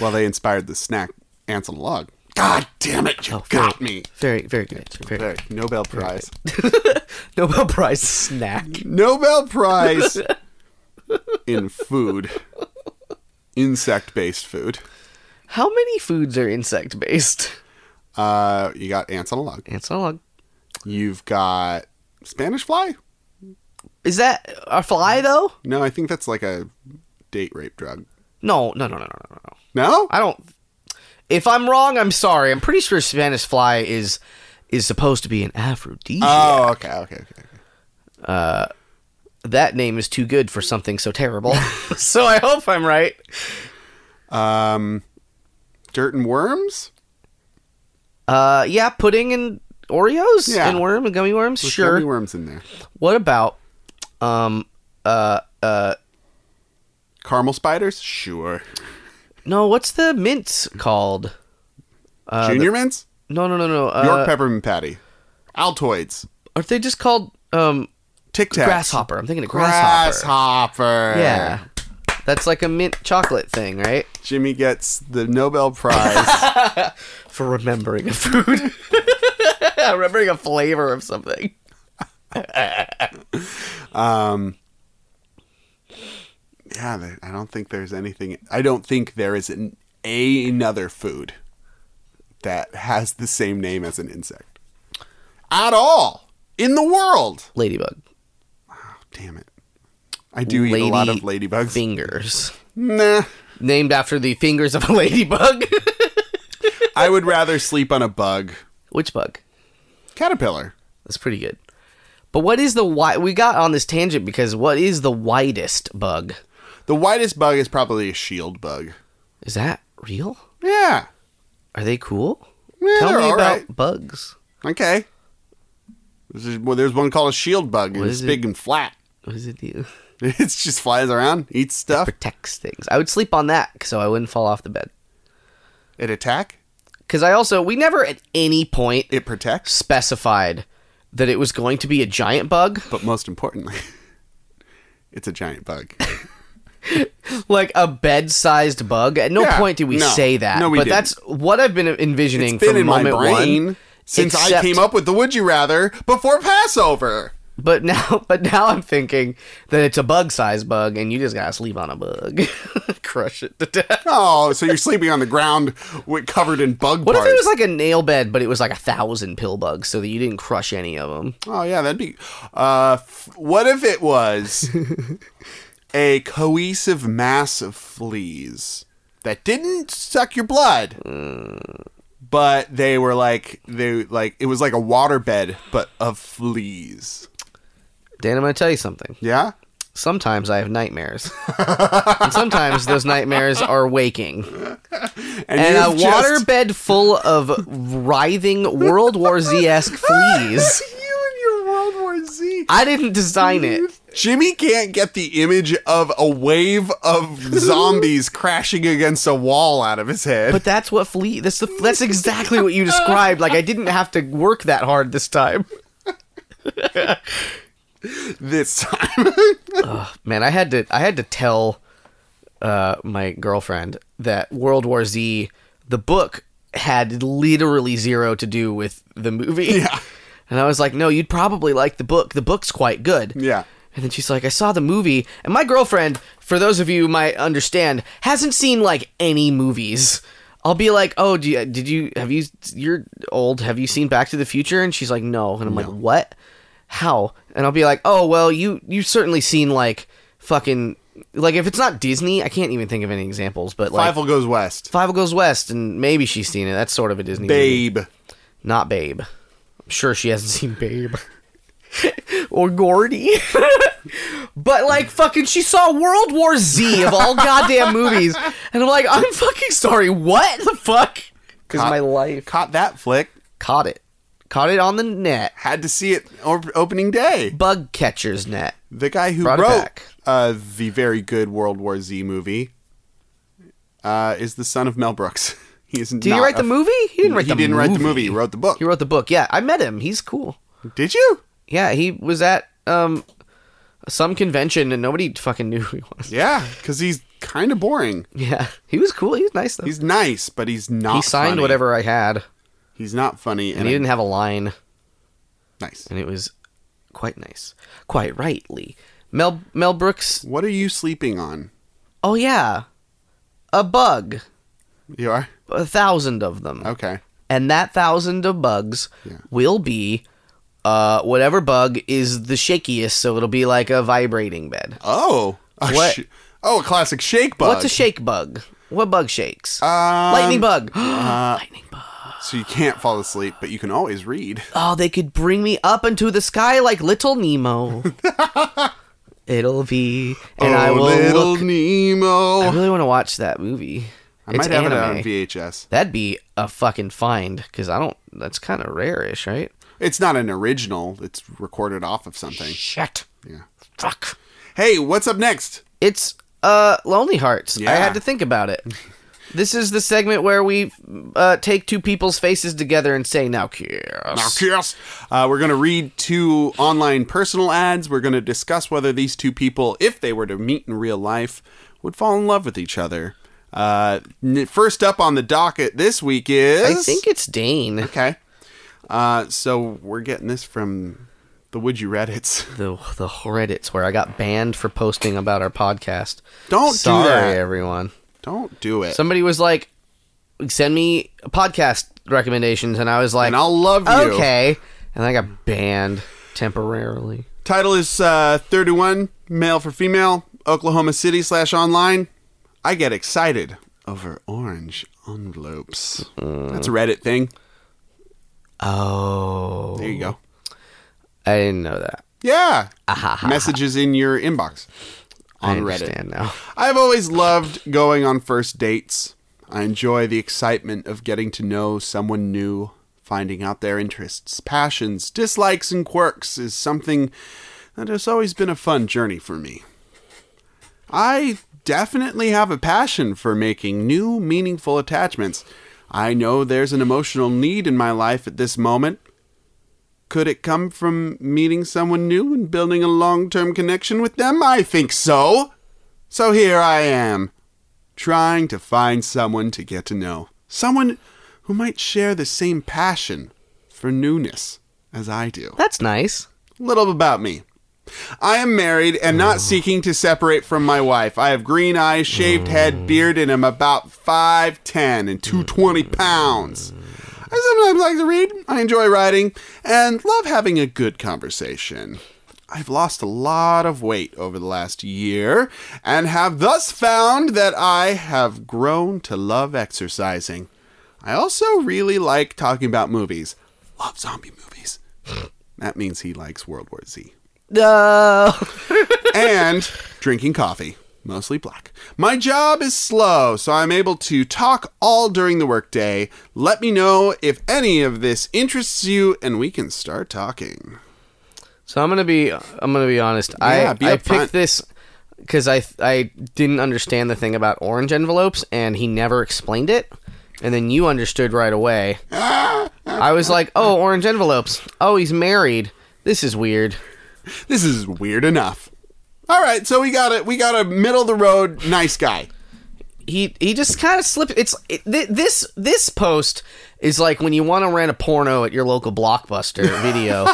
[SPEAKER 2] well they inspired the snack ants on a log god damn it you got me
[SPEAKER 1] Very, very good. answer. Very
[SPEAKER 2] All right, nobel prize
[SPEAKER 1] Nobel Prize snack.
[SPEAKER 2] nobel prize in food insect-based food
[SPEAKER 1] How many foods are insect based?
[SPEAKER 2] uh you got ants on a log
[SPEAKER 1] Ants on a log.
[SPEAKER 2] you've got spanish fly
[SPEAKER 1] Is that a fly though?
[SPEAKER 2] no i think that's like a date rape drug
[SPEAKER 1] No, no, no, no, no, no, no, no.
[SPEAKER 2] no
[SPEAKER 1] I don't. If I'm wrong, I'm sorry. I'm pretty sure Spanish fly is is supposed to be an aphrodisiac.
[SPEAKER 2] oh okay okay okay okay.
[SPEAKER 1] that name is too good for something so terrible. so I hope I'm right.
[SPEAKER 2] Um, dirt and worms.
[SPEAKER 1] Uh, yeah, pudding and Oreos
[SPEAKER 2] Yeah.
[SPEAKER 1] and worm and gummy worms.
[SPEAKER 2] There's
[SPEAKER 1] sure.
[SPEAKER 2] gummy worms in there.
[SPEAKER 1] What about um uh
[SPEAKER 2] Caramel spiders. Sure.
[SPEAKER 1] no? What's the mint called?
[SPEAKER 2] Junior mints.
[SPEAKER 1] No, no, no, no. Uh,
[SPEAKER 2] York peppermint patty. Altoids.
[SPEAKER 1] Aren't they just called um
[SPEAKER 2] Tic Tacs.
[SPEAKER 1] grasshopper? I'm thinking of grasshopper.
[SPEAKER 2] Grasshopper.
[SPEAKER 1] Yeah. That's like a mint chocolate thing, right?
[SPEAKER 2] Jimmy gets the Nobel Prize.
[SPEAKER 1] For remembering a food. I'm remembering a flavor of something.
[SPEAKER 2] Yeah, there- I don't think there's anything. I don't think there is an, a, another food that has the same name as an insect at all in the world.
[SPEAKER 1] Ladybug.
[SPEAKER 2] Damn it! I do eat a lot of
[SPEAKER 1] Lady
[SPEAKER 2] ladybugs.
[SPEAKER 1] Fingers.
[SPEAKER 2] nah,
[SPEAKER 1] Named after the fingers of a ladybug.
[SPEAKER 2] I would rather sleep on a bug.
[SPEAKER 1] Which bug?
[SPEAKER 2] Caterpillar.
[SPEAKER 1] That's pretty good. But what is the wide? We got on this tangent because what is the widest bug?
[SPEAKER 2] The whitest bug is probably a shield bug.
[SPEAKER 1] Is that real?
[SPEAKER 2] Yeah.
[SPEAKER 1] Are they cool?
[SPEAKER 2] Yeah,
[SPEAKER 1] Tell
[SPEAKER 2] they're
[SPEAKER 1] me
[SPEAKER 2] all
[SPEAKER 1] about
[SPEAKER 2] right.
[SPEAKER 1] bugs.
[SPEAKER 2] Okay. This is- well, there's one called a shield bug. and
[SPEAKER 1] What
[SPEAKER 2] it's
[SPEAKER 1] is it?
[SPEAKER 2] big and flat.
[SPEAKER 1] What does it do?
[SPEAKER 2] It just flies around, eats stuff.
[SPEAKER 1] Protects things. I would sleep on that so I wouldn't fall off the bed.
[SPEAKER 2] It attack.
[SPEAKER 1] Because I also, we never at any point
[SPEAKER 2] It protects.
[SPEAKER 1] specified that it was going to be a giant bug.
[SPEAKER 2] But most importantly, it's a giant bug.
[SPEAKER 1] like a bed-sized bug. At no
[SPEAKER 2] Yeah,
[SPEAKER 1] point did we
[SPEAKER 2] no.
[SPEAKER 1] say that.
[SPEAKER 2] No, we
[SPEAKER 1] but
[SPEAKER 2] didn't.
[SPEAKER 1] that's what I've been envisioning
[SPEAKER 2] It's been
[SPEAKER 1] from
[SPEAKER 2] in my
[SPEAKER 1] moment
[SPEAKER 2] brain
[SPEAKER 1] one.
[SPEAKER 2] since I
[SPEAKER 1] except-
[SPEAKER 2] came up with the would you rather before Passover.
[SPEAKER 1] But now, but now I'm thinking that it's a bug-sized bug, and you just gotta sleep on a bug, crush it to death.
[SPEAKER 2] Oh, so you're sleeping on the ground with, covered in bug
[SPEAKER 1] What
[SPEAKER 2] parts.
[SPEAKER 1] if it was like a nail bed, but it was like a thousand pill bugs, so that you didn't crush any of them?
[SPEAKER 2] oh, yeah, that'd be. Uh, f- what if it was a cohesive mass of fleas that didn't suck your blood?
[SPEAKER 1] Mm.
[SPEAKER 2] But they were like they like it was like a waterbed, but of fleas.
[SPEAKER 1] Dan, I'm gonna tell you something.
[SPEAKER 2] Yeah,
[SPEAKER 1] Sometimes I have nightmares, and sometimes those nightmares are waking. And a
[SPEAKER 2] you've just-
[SPEAKER 1] waterbed full of writhing World War Z esque fleas.
[SPEAKER 2] you and your World War Z.
[SPEAKER 1] I didn't design it.
[SPEAKER 2] Jimmy can't get the image of a wave of zombies crashing against a wall out of his head.
[SPEAKER 1] But that's what flea. That's the. That's exactly what you described. Like I didn't have to work that hard this time.
[SPEAKER 2] this time,
[SPEAKER 1] Man, I had to. I had to tell uh, my girlfriend that World War Z, the book, had literally zero to do with the movie.
[SPEAKER 2] Yeah.
[SPEAKER 1] And I was like, no, you'd probably like the book. The book's quite good.
[SPEAKER 2] Yeah.
[SPEAKER 1] And then she's like, I saw the movie. And my girlfriend, for those of you who might understand, hasn't seen like any movies. I'll be like, oh, do you, did you, have you, you're old. Have you seen Back to the Future? And she's like, no. And I'm like, what? How? And I'll be like, oh, well, you, you've certainly seen like fucking, like if it's not Disney, I can't even think of any examples, but like
[SPEAKER 2] Fievel goes west.
[SPEAKER 1] Five Goes West and maybe she's seen it. That's sort of a Disney movie.
[SPEAKER 2] Babe.
[SPEAKER 1] Not Babe. I'm sure she hasn't seen Babe. or Gordy. but like fucking she saw World War Z of all goddamn movies. And I'm like, I'm fucking sorry, what the fuck? Is
[SPEAKER 2] Caught-
[SPEAKER 1] my life.
[SPEAKER 2] Caught that flick.
[SPEAKER 1] Caught it. Caught it on the net.
[SPEAKER 2] Had to see it o- opening day.
[SPEAKER 1] Bug catcher's net.
[SPEAKER 2] The guy who
[SPEAKER 1] Brought it
[SPEAKER 2] wrote
[SPEAKER 1] back.
[SPEAKER 2] uh, the very good World War Z movie uh, is the son of Mel Brooks. He's
[SPEAKER 1] Did he write the movie? He didn't write
[SPEAKER 2] uh, he
[SPEAKER 1] the
[SPEAKER 2] didn't
[SPEAKER 1] movie.
[SPEAKER 2] write the movie. He wrote the book.
[SPEAKER 1] He wrote the book. Yeah, I met him. He's cool.
[SPEAKER 2] Did you?
[SPEAKER 1] Yeah, he was at um some convention and nobody fucking knew who he was.
[SPEAKER 2] Yeah, because he's kind of boring.
[SPEAKER 1] Yeah. He was cool. He was nice though.
[SPEAKER 2] He's nice, but he's not.
[SPEAKER 1] he signed
[SPEAKER 2] funny.
[SPEAKER 1] whatever I had,
[SPEAKER 2] He's not funny, and,
[SPEAKER 1] and he didn't have a line,
[SPEAKER 2] nice.
[SPEAKER 1] and it was quite nice, quite rightly. Mel Mel Brooks.
[SPEAKER 2] What are you sleeping on?
[SPEAKER 1] Oh yeah, a bug,
[SPEAKER 2] You are
[SPEAKER 1] a thousand of them,
[SPEAKER 2] okay.
[SPEAKER 1] and that thousand of bugs
[SPEAKER 2] Yeah.
[SPEAKER 1] will be. Uh, whatever bug is the shakiest, so it'll be like a vibrating bed.
[SPEAKER 2] Oh, a
[SPEAKER 1] What?
[SPEAKER 2] sh- oh, a classic shake bug.
[SPEAKER 1] What's a shake bug? What bug shakes?
[SPEAKER 2] Um, uh,
[SPEAKER 1] lightning bug. lightning bug.
[SPEAKER 2] So you can't fall asleep, but you can always read.
[SPEAKER 1] Oh, they could bring me up into the sky like Little Nemo. It'll be, and
[SPEAKER 2] oh,
[SPEAKER 1] I will
[SPEAKER 2] little
[SPEAKER 1] look I
[SPEAKER 2] Nemo.
[SPEAKER 1] really want to watch that movie.
[SPEAKER 2] I
[SPEAKER 1] it's
[SPEAKER 2] might have
[SPEAKER 1] anime.
[SPEAKER 2] it on VHS.
[SPEAKER 1] That'd be a fucking find because I don't. That's kind of rare-ish, right?
[SPEAKER 2] It's not an original. It's recorded off of something.
[SPEAKER 1] Shit.
[SPEAKER 2] Yeah.
[SPEAKER 1] Fuck.
[SPEAKER 2] Hey, what's up next?
[SPEAKER 1] It's uh Lonely Hearts. I
[SPEAKER 2] Yeah.
[SPEAKER 1] had to think about it. this is the segment where we uh, take two people's faces together and say now kiss.
[SPEAKER 2] Now, Kiss. Uh, we're going to read two online personal ads. We're going to discuss whether these two people, if they were to meet in real life, would fall in love with each other. Uh, n- first up on the docket this week is.
[SPEAKER 1] I think it's Dane.
[SPEAKER 2] Okay. Uh, so we're getting this from the Would You Reddits.
[SPEAKER 1] The the Reddits where I got banned for posting about our podcast.
[SPEAKER 2] Don't do
[SPEAKER 1] Sorry,
[SPEAKER 2] that.
[SPEAKER 1] everyone.
[SPEAKER 2] Don't do it.
[SPEAKER 1] Somebody was like, "Send me podcast recommendations," and I was like,
[SPEAKER 2] and I'll love you.
[SPEAKER 1] "Okay," and I got banned temporarily.
[SPEAKER 2] Title is uh, 31, male for female, Oklahoma City slash online. I get excited over orange envelopes. That's a Reddit thing.
[SPEAKER 1] Oh,
[SPEAKER 2] There you go.
[SPEAKER 1] I didn't know that.
[SPEAKER 2] Yeah. Messages in your inbox on
[SPEAKER 1] I
[SPEAKER 2] Reddit.
[SPEAKER 1] understand now.
[SPEAKER 2] I've always loved going on first dates. I enjoy the excitement of getting to know someone new. Finding out their interests, passions, dislikes, and quirks is something that has always been a fun journey for me. I definitely have a passion for making new, meaningful attachments. I know there's an emotional need in my life at this moment. Could it come from meeting someone new and building a long term connection with them? I think so. So here I am, trying to find someone to get to know. Someone who might share the same passion for newness as I do
[SPEAKER 1] That's nice.
[SPEAKER 2] little about me. I am married and not seeking to separate from my wife. I have green eyes, shaved head, beard, and am about 5'10 and 220 pounds. I sometimes like to read, I enjoy writing, and love having a good conversation. I've lost a lot of weight over the last year and have thus found that I have grown to love exercising. I also really like talking about movies. Love zombie movies. That means he likes World War Z.
[SPEAKER 1] No.
[SPEAKER 2] And drinking coffee, mostly black. My job is slow, so I'm able to talk all during the workday. Let me know if any of this interests you, and we can start talking.
[SPEAKER 1] So I'm gonna be I'm gonna be honest.
[SPEAKER 2] Yeah,
[SPEAKER 1] I
[SPEAKER 2] be
[SPEAKER 1] I
[SPEAKER 2] upfront.
[SPEAKER 1] picked this because I I didn't understand the thing about orange envelopes, and he never explained it. And then you understood right away. I was like, "Oh, orange envelopes. Oh, he's married. This is weird."
[SPEAKER 2] This is weird enough. All right, so we got a we got a middle of the road nice guy.
[SPEAKER 1] He he just kind of slipped. It's it, thi- this this post is like when you want to rent a porno at your local blockbuster video,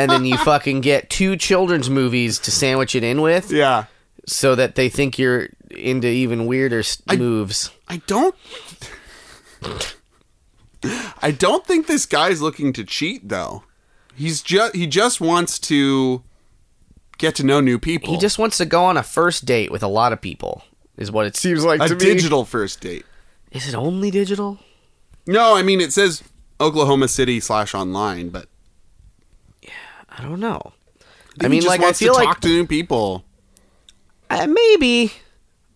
[SPEAKER 1] and then you fucking get two children's movies to sandwich it in with.
[SPEAKER 2] Yeah.
[SPEAKER 1] so that they think you're into even weirder s moves.
[SPEAKER 2] I don't I don't think this guy's looking to cheat though. He's just he just wants to get to know new people.
[SPEAKER 1] He just wants to go on a first date with a lot of people, is what it seems like
[SPEAKER 2] a
[SPEAKER 1] to
[SPEAKER 2] digital first date.
[SPEAKER 1] me. Is it only digital?
[SPEAKER 2] No, I mean it says Oklahoma City slash online, but
[SPEAKER 1] I don't know. I
[SPEAKER 2] I,
[SPEAKER 1] mean,
[SPEAKER 2] he just
[SPEAKER 1] like, I
[SPEAKER 2] wants
[SPEAKER 1] feel
[SPEAKER 2] to
[SPEAKER 1] like-
[SPEAKER 2] talk to new people.
[SPEAKER 1] Uh, maybe,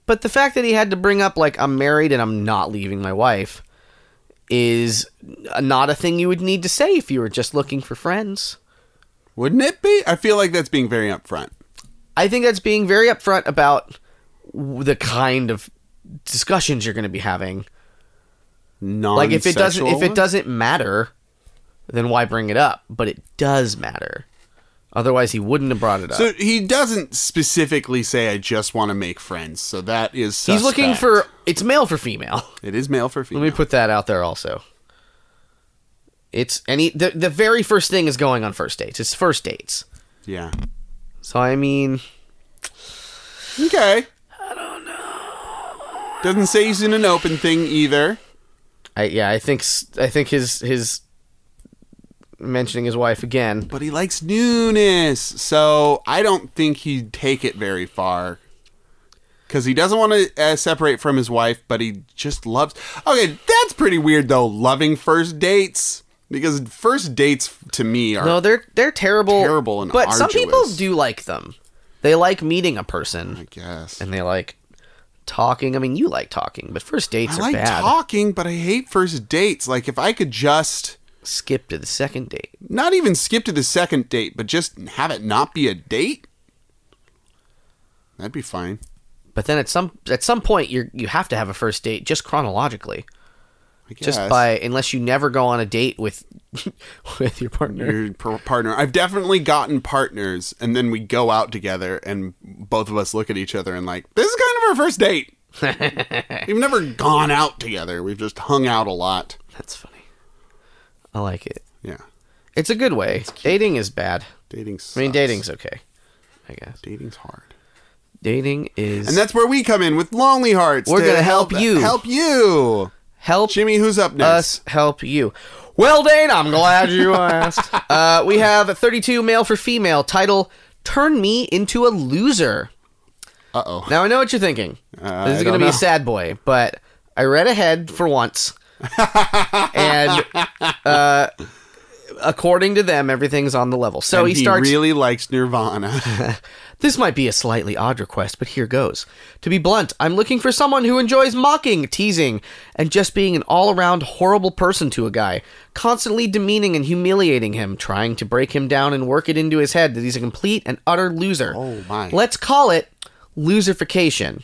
[SPEAKER 1] but the fact that he had to bring up like I'm married and I'm not leaving my wife is uh, not a thing you would need to say if you were just looking for friends.
[SPEAKER 2] Wouldn't it be? I feel like that's being very upfront.
[SPEAKER 1] I think that's being very upfront about w- the kind of discussions you're going to be having.
[SPEAKER 2] Non
[SPEAKER 1] like if it doesn't if it doesn't matter then why bring it up but it does matter otherwise he wouldn't have brought it up
[SPEAKER 2] So he doesn't specifically say I just want to make friends, so that is
[SPEAKER 1] he's looking
[SPEAKER 2] suspect.
[SPEAKER 1] for it's male for female
[SPEAKER 2] it is male for
[SPEAKER 1] let
[SPEAKER 2] female.
[SPEAKER 1] me put that out there also it's any the, the very first thing is going on first dates it's first dates
[SPEAKER 2] yeah.
[SPEAKER 1] so i mean
[SPEAKER 2] Okay. I don't know. Doesn't say he's in an open thing either.
[SPEAKER 1] i yeah i think s- i think his his mentioning his wife again
[SPEAKER 2] But he likes newness, so I don't think he'd take it very far. Because he doesn't want to uh, separate from his wife, but he just loves. Okay, that's pretty weird though. Loving first dates because first dates to me are
[SPEAKER 1] no they're they're terrible
[SPEAKER 2] Terrible and
[SPEAKER 1] but some people
[SPEAKER 2] arduous.
[SPEAKER 1] do like them they like meeting a person
[SPEAKER 2] I guess.
[SPEAKER 1] and they like talking. I mean, you like talking, but first dates are
[SPEAKER 2] I like
[SPEAKER 1] bad.
[SPEAKER 2] talking, but I hate first dates. Like if I could just
[SPEAKER 1] Skip to the second date.
[SPEAKER 2] not even skip to the second date, but just have it not be a date, that'd be fine.
[SPEAKER 1] But then at some at some point you you have to have a first date just chronologically.
[SPEAKER 2] I guess.
[SPEAKER 1] Just by unless you never go on a date with with your partner.
[SPEAKER 2] your par- partner. I've definitely gotten partners, and then we go out together, and both of us look at each other and like, this is kind of our first date. We've never gone out together. We've just hung out a lot.
[SPEAKER 1] That's funny. I like it.
[SPEAKER 2] Yeah.
[SPEAKER 1] It's a good way. Dating is bad. I
[SPEAKER 2] Dating.
[SPEAKER 1] mean,
[SPEAKER 2] sucks.
[SPEAKER 1] dating's okay, I guess.
[SPEAKER 2] Dating's hard.
[SPEAKER 1] Dating is
[SPEAKER 2] And that's where we come in with Lonely Hearts.
[SPEAKER 1] We're
[SPEAKER 2] to
[SPEAKER 1] gonna help you.
[SPEAKER 2] Help you.
[SPEAKER 1] help
[SPEAKER 2] Jimmy, who's up next?
[SPEAKER 1] us help you. Well, Dane, I'm glad you asked. uh, we have 32 male for female title: "Turn Me into a Loser."
[SPEAKER 2] Uh oh.
[SPEAKER 1] Now I know what you're thinking.
[SPEAKER 2] Uh,
[SPEAKER 1] this
[SPEAKER 2] I
[SPEAKER 1] is going
[SPEAKER 2] don't
[SPEAKER 1] to be
[SPEAKER 2] know.
[SPEAKER 1] a sad boy, but I read ahead for once, and uh, according to them, everything's on the level. So he,
[SPEAKER 2] he
[SPEAKER 1] starts.
[SPEAKER 2] really likes Nirvana.
[SPEAKER 1] This might be a slightly odd request, but here goes. To be blunt, I'm looking for someone who enjoys mocking, teasing, and just being an all around horrible person to a guy, constantly demeaning and humiliating him, trying to break him down and work it into his head that he's a complete and utter loser.
[SPEAKER 2] Oh, my.
[SPEAKER 1] Let's call it loserfication.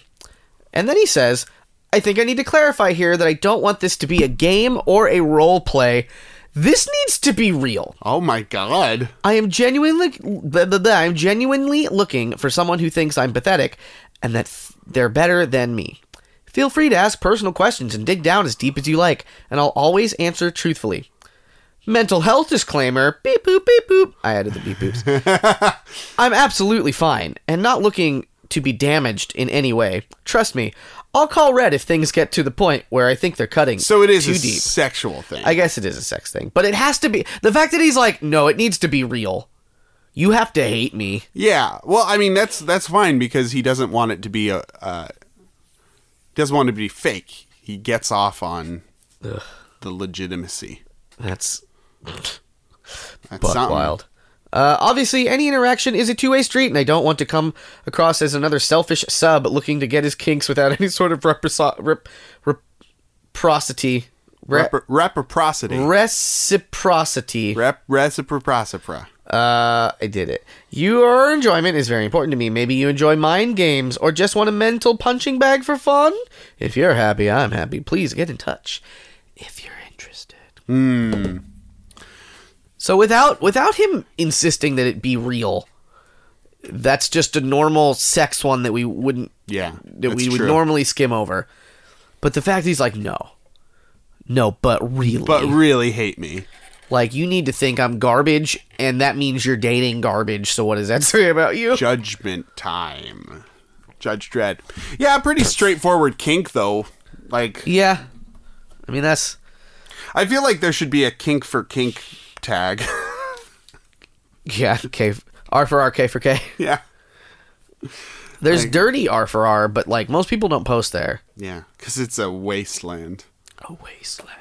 [SPEAKER 1] And then he says, I think I need to clarify here that I don't want this to be a game or a role play. This needs to be real.
[SPEAKER 2] oh my god.
[SPEAKER 1] I am genuinely blah, blah, blah, I'm genuinely looking for someone who thinks I'm pathetic and that th- they're better than me. Feel free to ask personal questions and dig down as deep as you like, and I'll always answer truthfully. Mental health disclaimer. Beep boop beep boop. I added the beep boops. I'm absolutely fine and not looking to be damaged in any way. Trust me. I'll call red if things get to the point where I think they're cutting
[SPEAKER 2] So it is
[SPEAKER 1] too
[SPEAKER 2] a
[SPEAKER 1] deep.
[SPEAKER 2] sexual thing.
[SPEAKER 1] I guess it is a sex thing, but it has to be the fact that he's like, no, it needs to be real. You have to hate me.
[SPEAKER 2] yeah. Well, I mean that's that's fine because he doesn't want it to be a uh, doesn't want it to be fake. He gets off on the legitimacy.
[SPEAKER 1] That's
[SPEAKER 2] That's
[SPEAKER 1] buck
[SPEAKER 2] something.
[SPEAKER 1] wild. Uh, obviously, any interaction is a two-way street, and I don't want to come across as another selfish sub looking to get his kinks without any sort of reproso- rep- reciprocity, re-
[SPEAKER 2] Rep- reciprocity.
[SPEAKER 1] reciprocity.
[SPEAKER 2] Rep reciprocipra.
[SPEAKER 1] Uh, I did it. Your enjoyment is very important to me. Maybe you enjoy mind games or just want a mental punching bag for fun. If you're happy, I'm happy. Please get in touch if you're interested.
[SPEAKER 2] Hmm.
[SPEAKER 1] So without without him insisting that it be real, that's just a normal sex one that we wouldn't
[SPEAKER 2] Yeah.
[SPEAKER 1] that
[SPEAKER 2] that's
[SPEAKER 1] we would
[SPEAKER 2] true.
[SPEAKER 1] normally skim over. But the fact that he's like no. No, but really.
[SPEAKER 2] but really hate me.
[SPEAKER 1] Like you need to think I'm garbage, and that means you're dating garbage. So what does that say about you?
[SPEAKER 2] Judgment time. Judge Dredd. Yeah, pretty straightforward kink though. Like
[SPEAKER 1] Yeah, I mean that's
[SPEAKER 2] I feel like there should be a kink for kink tag.
[SPEAKER 1] yeah. K R for R, K for K.
[SPEAKER 2] yeah.
[SPEAKER 1] There's dirty R for R, but like most people don't post there.
[SPEAKER 2] Yeah, cuz it's a wasteland.
[SPEAKER 1] A wasteland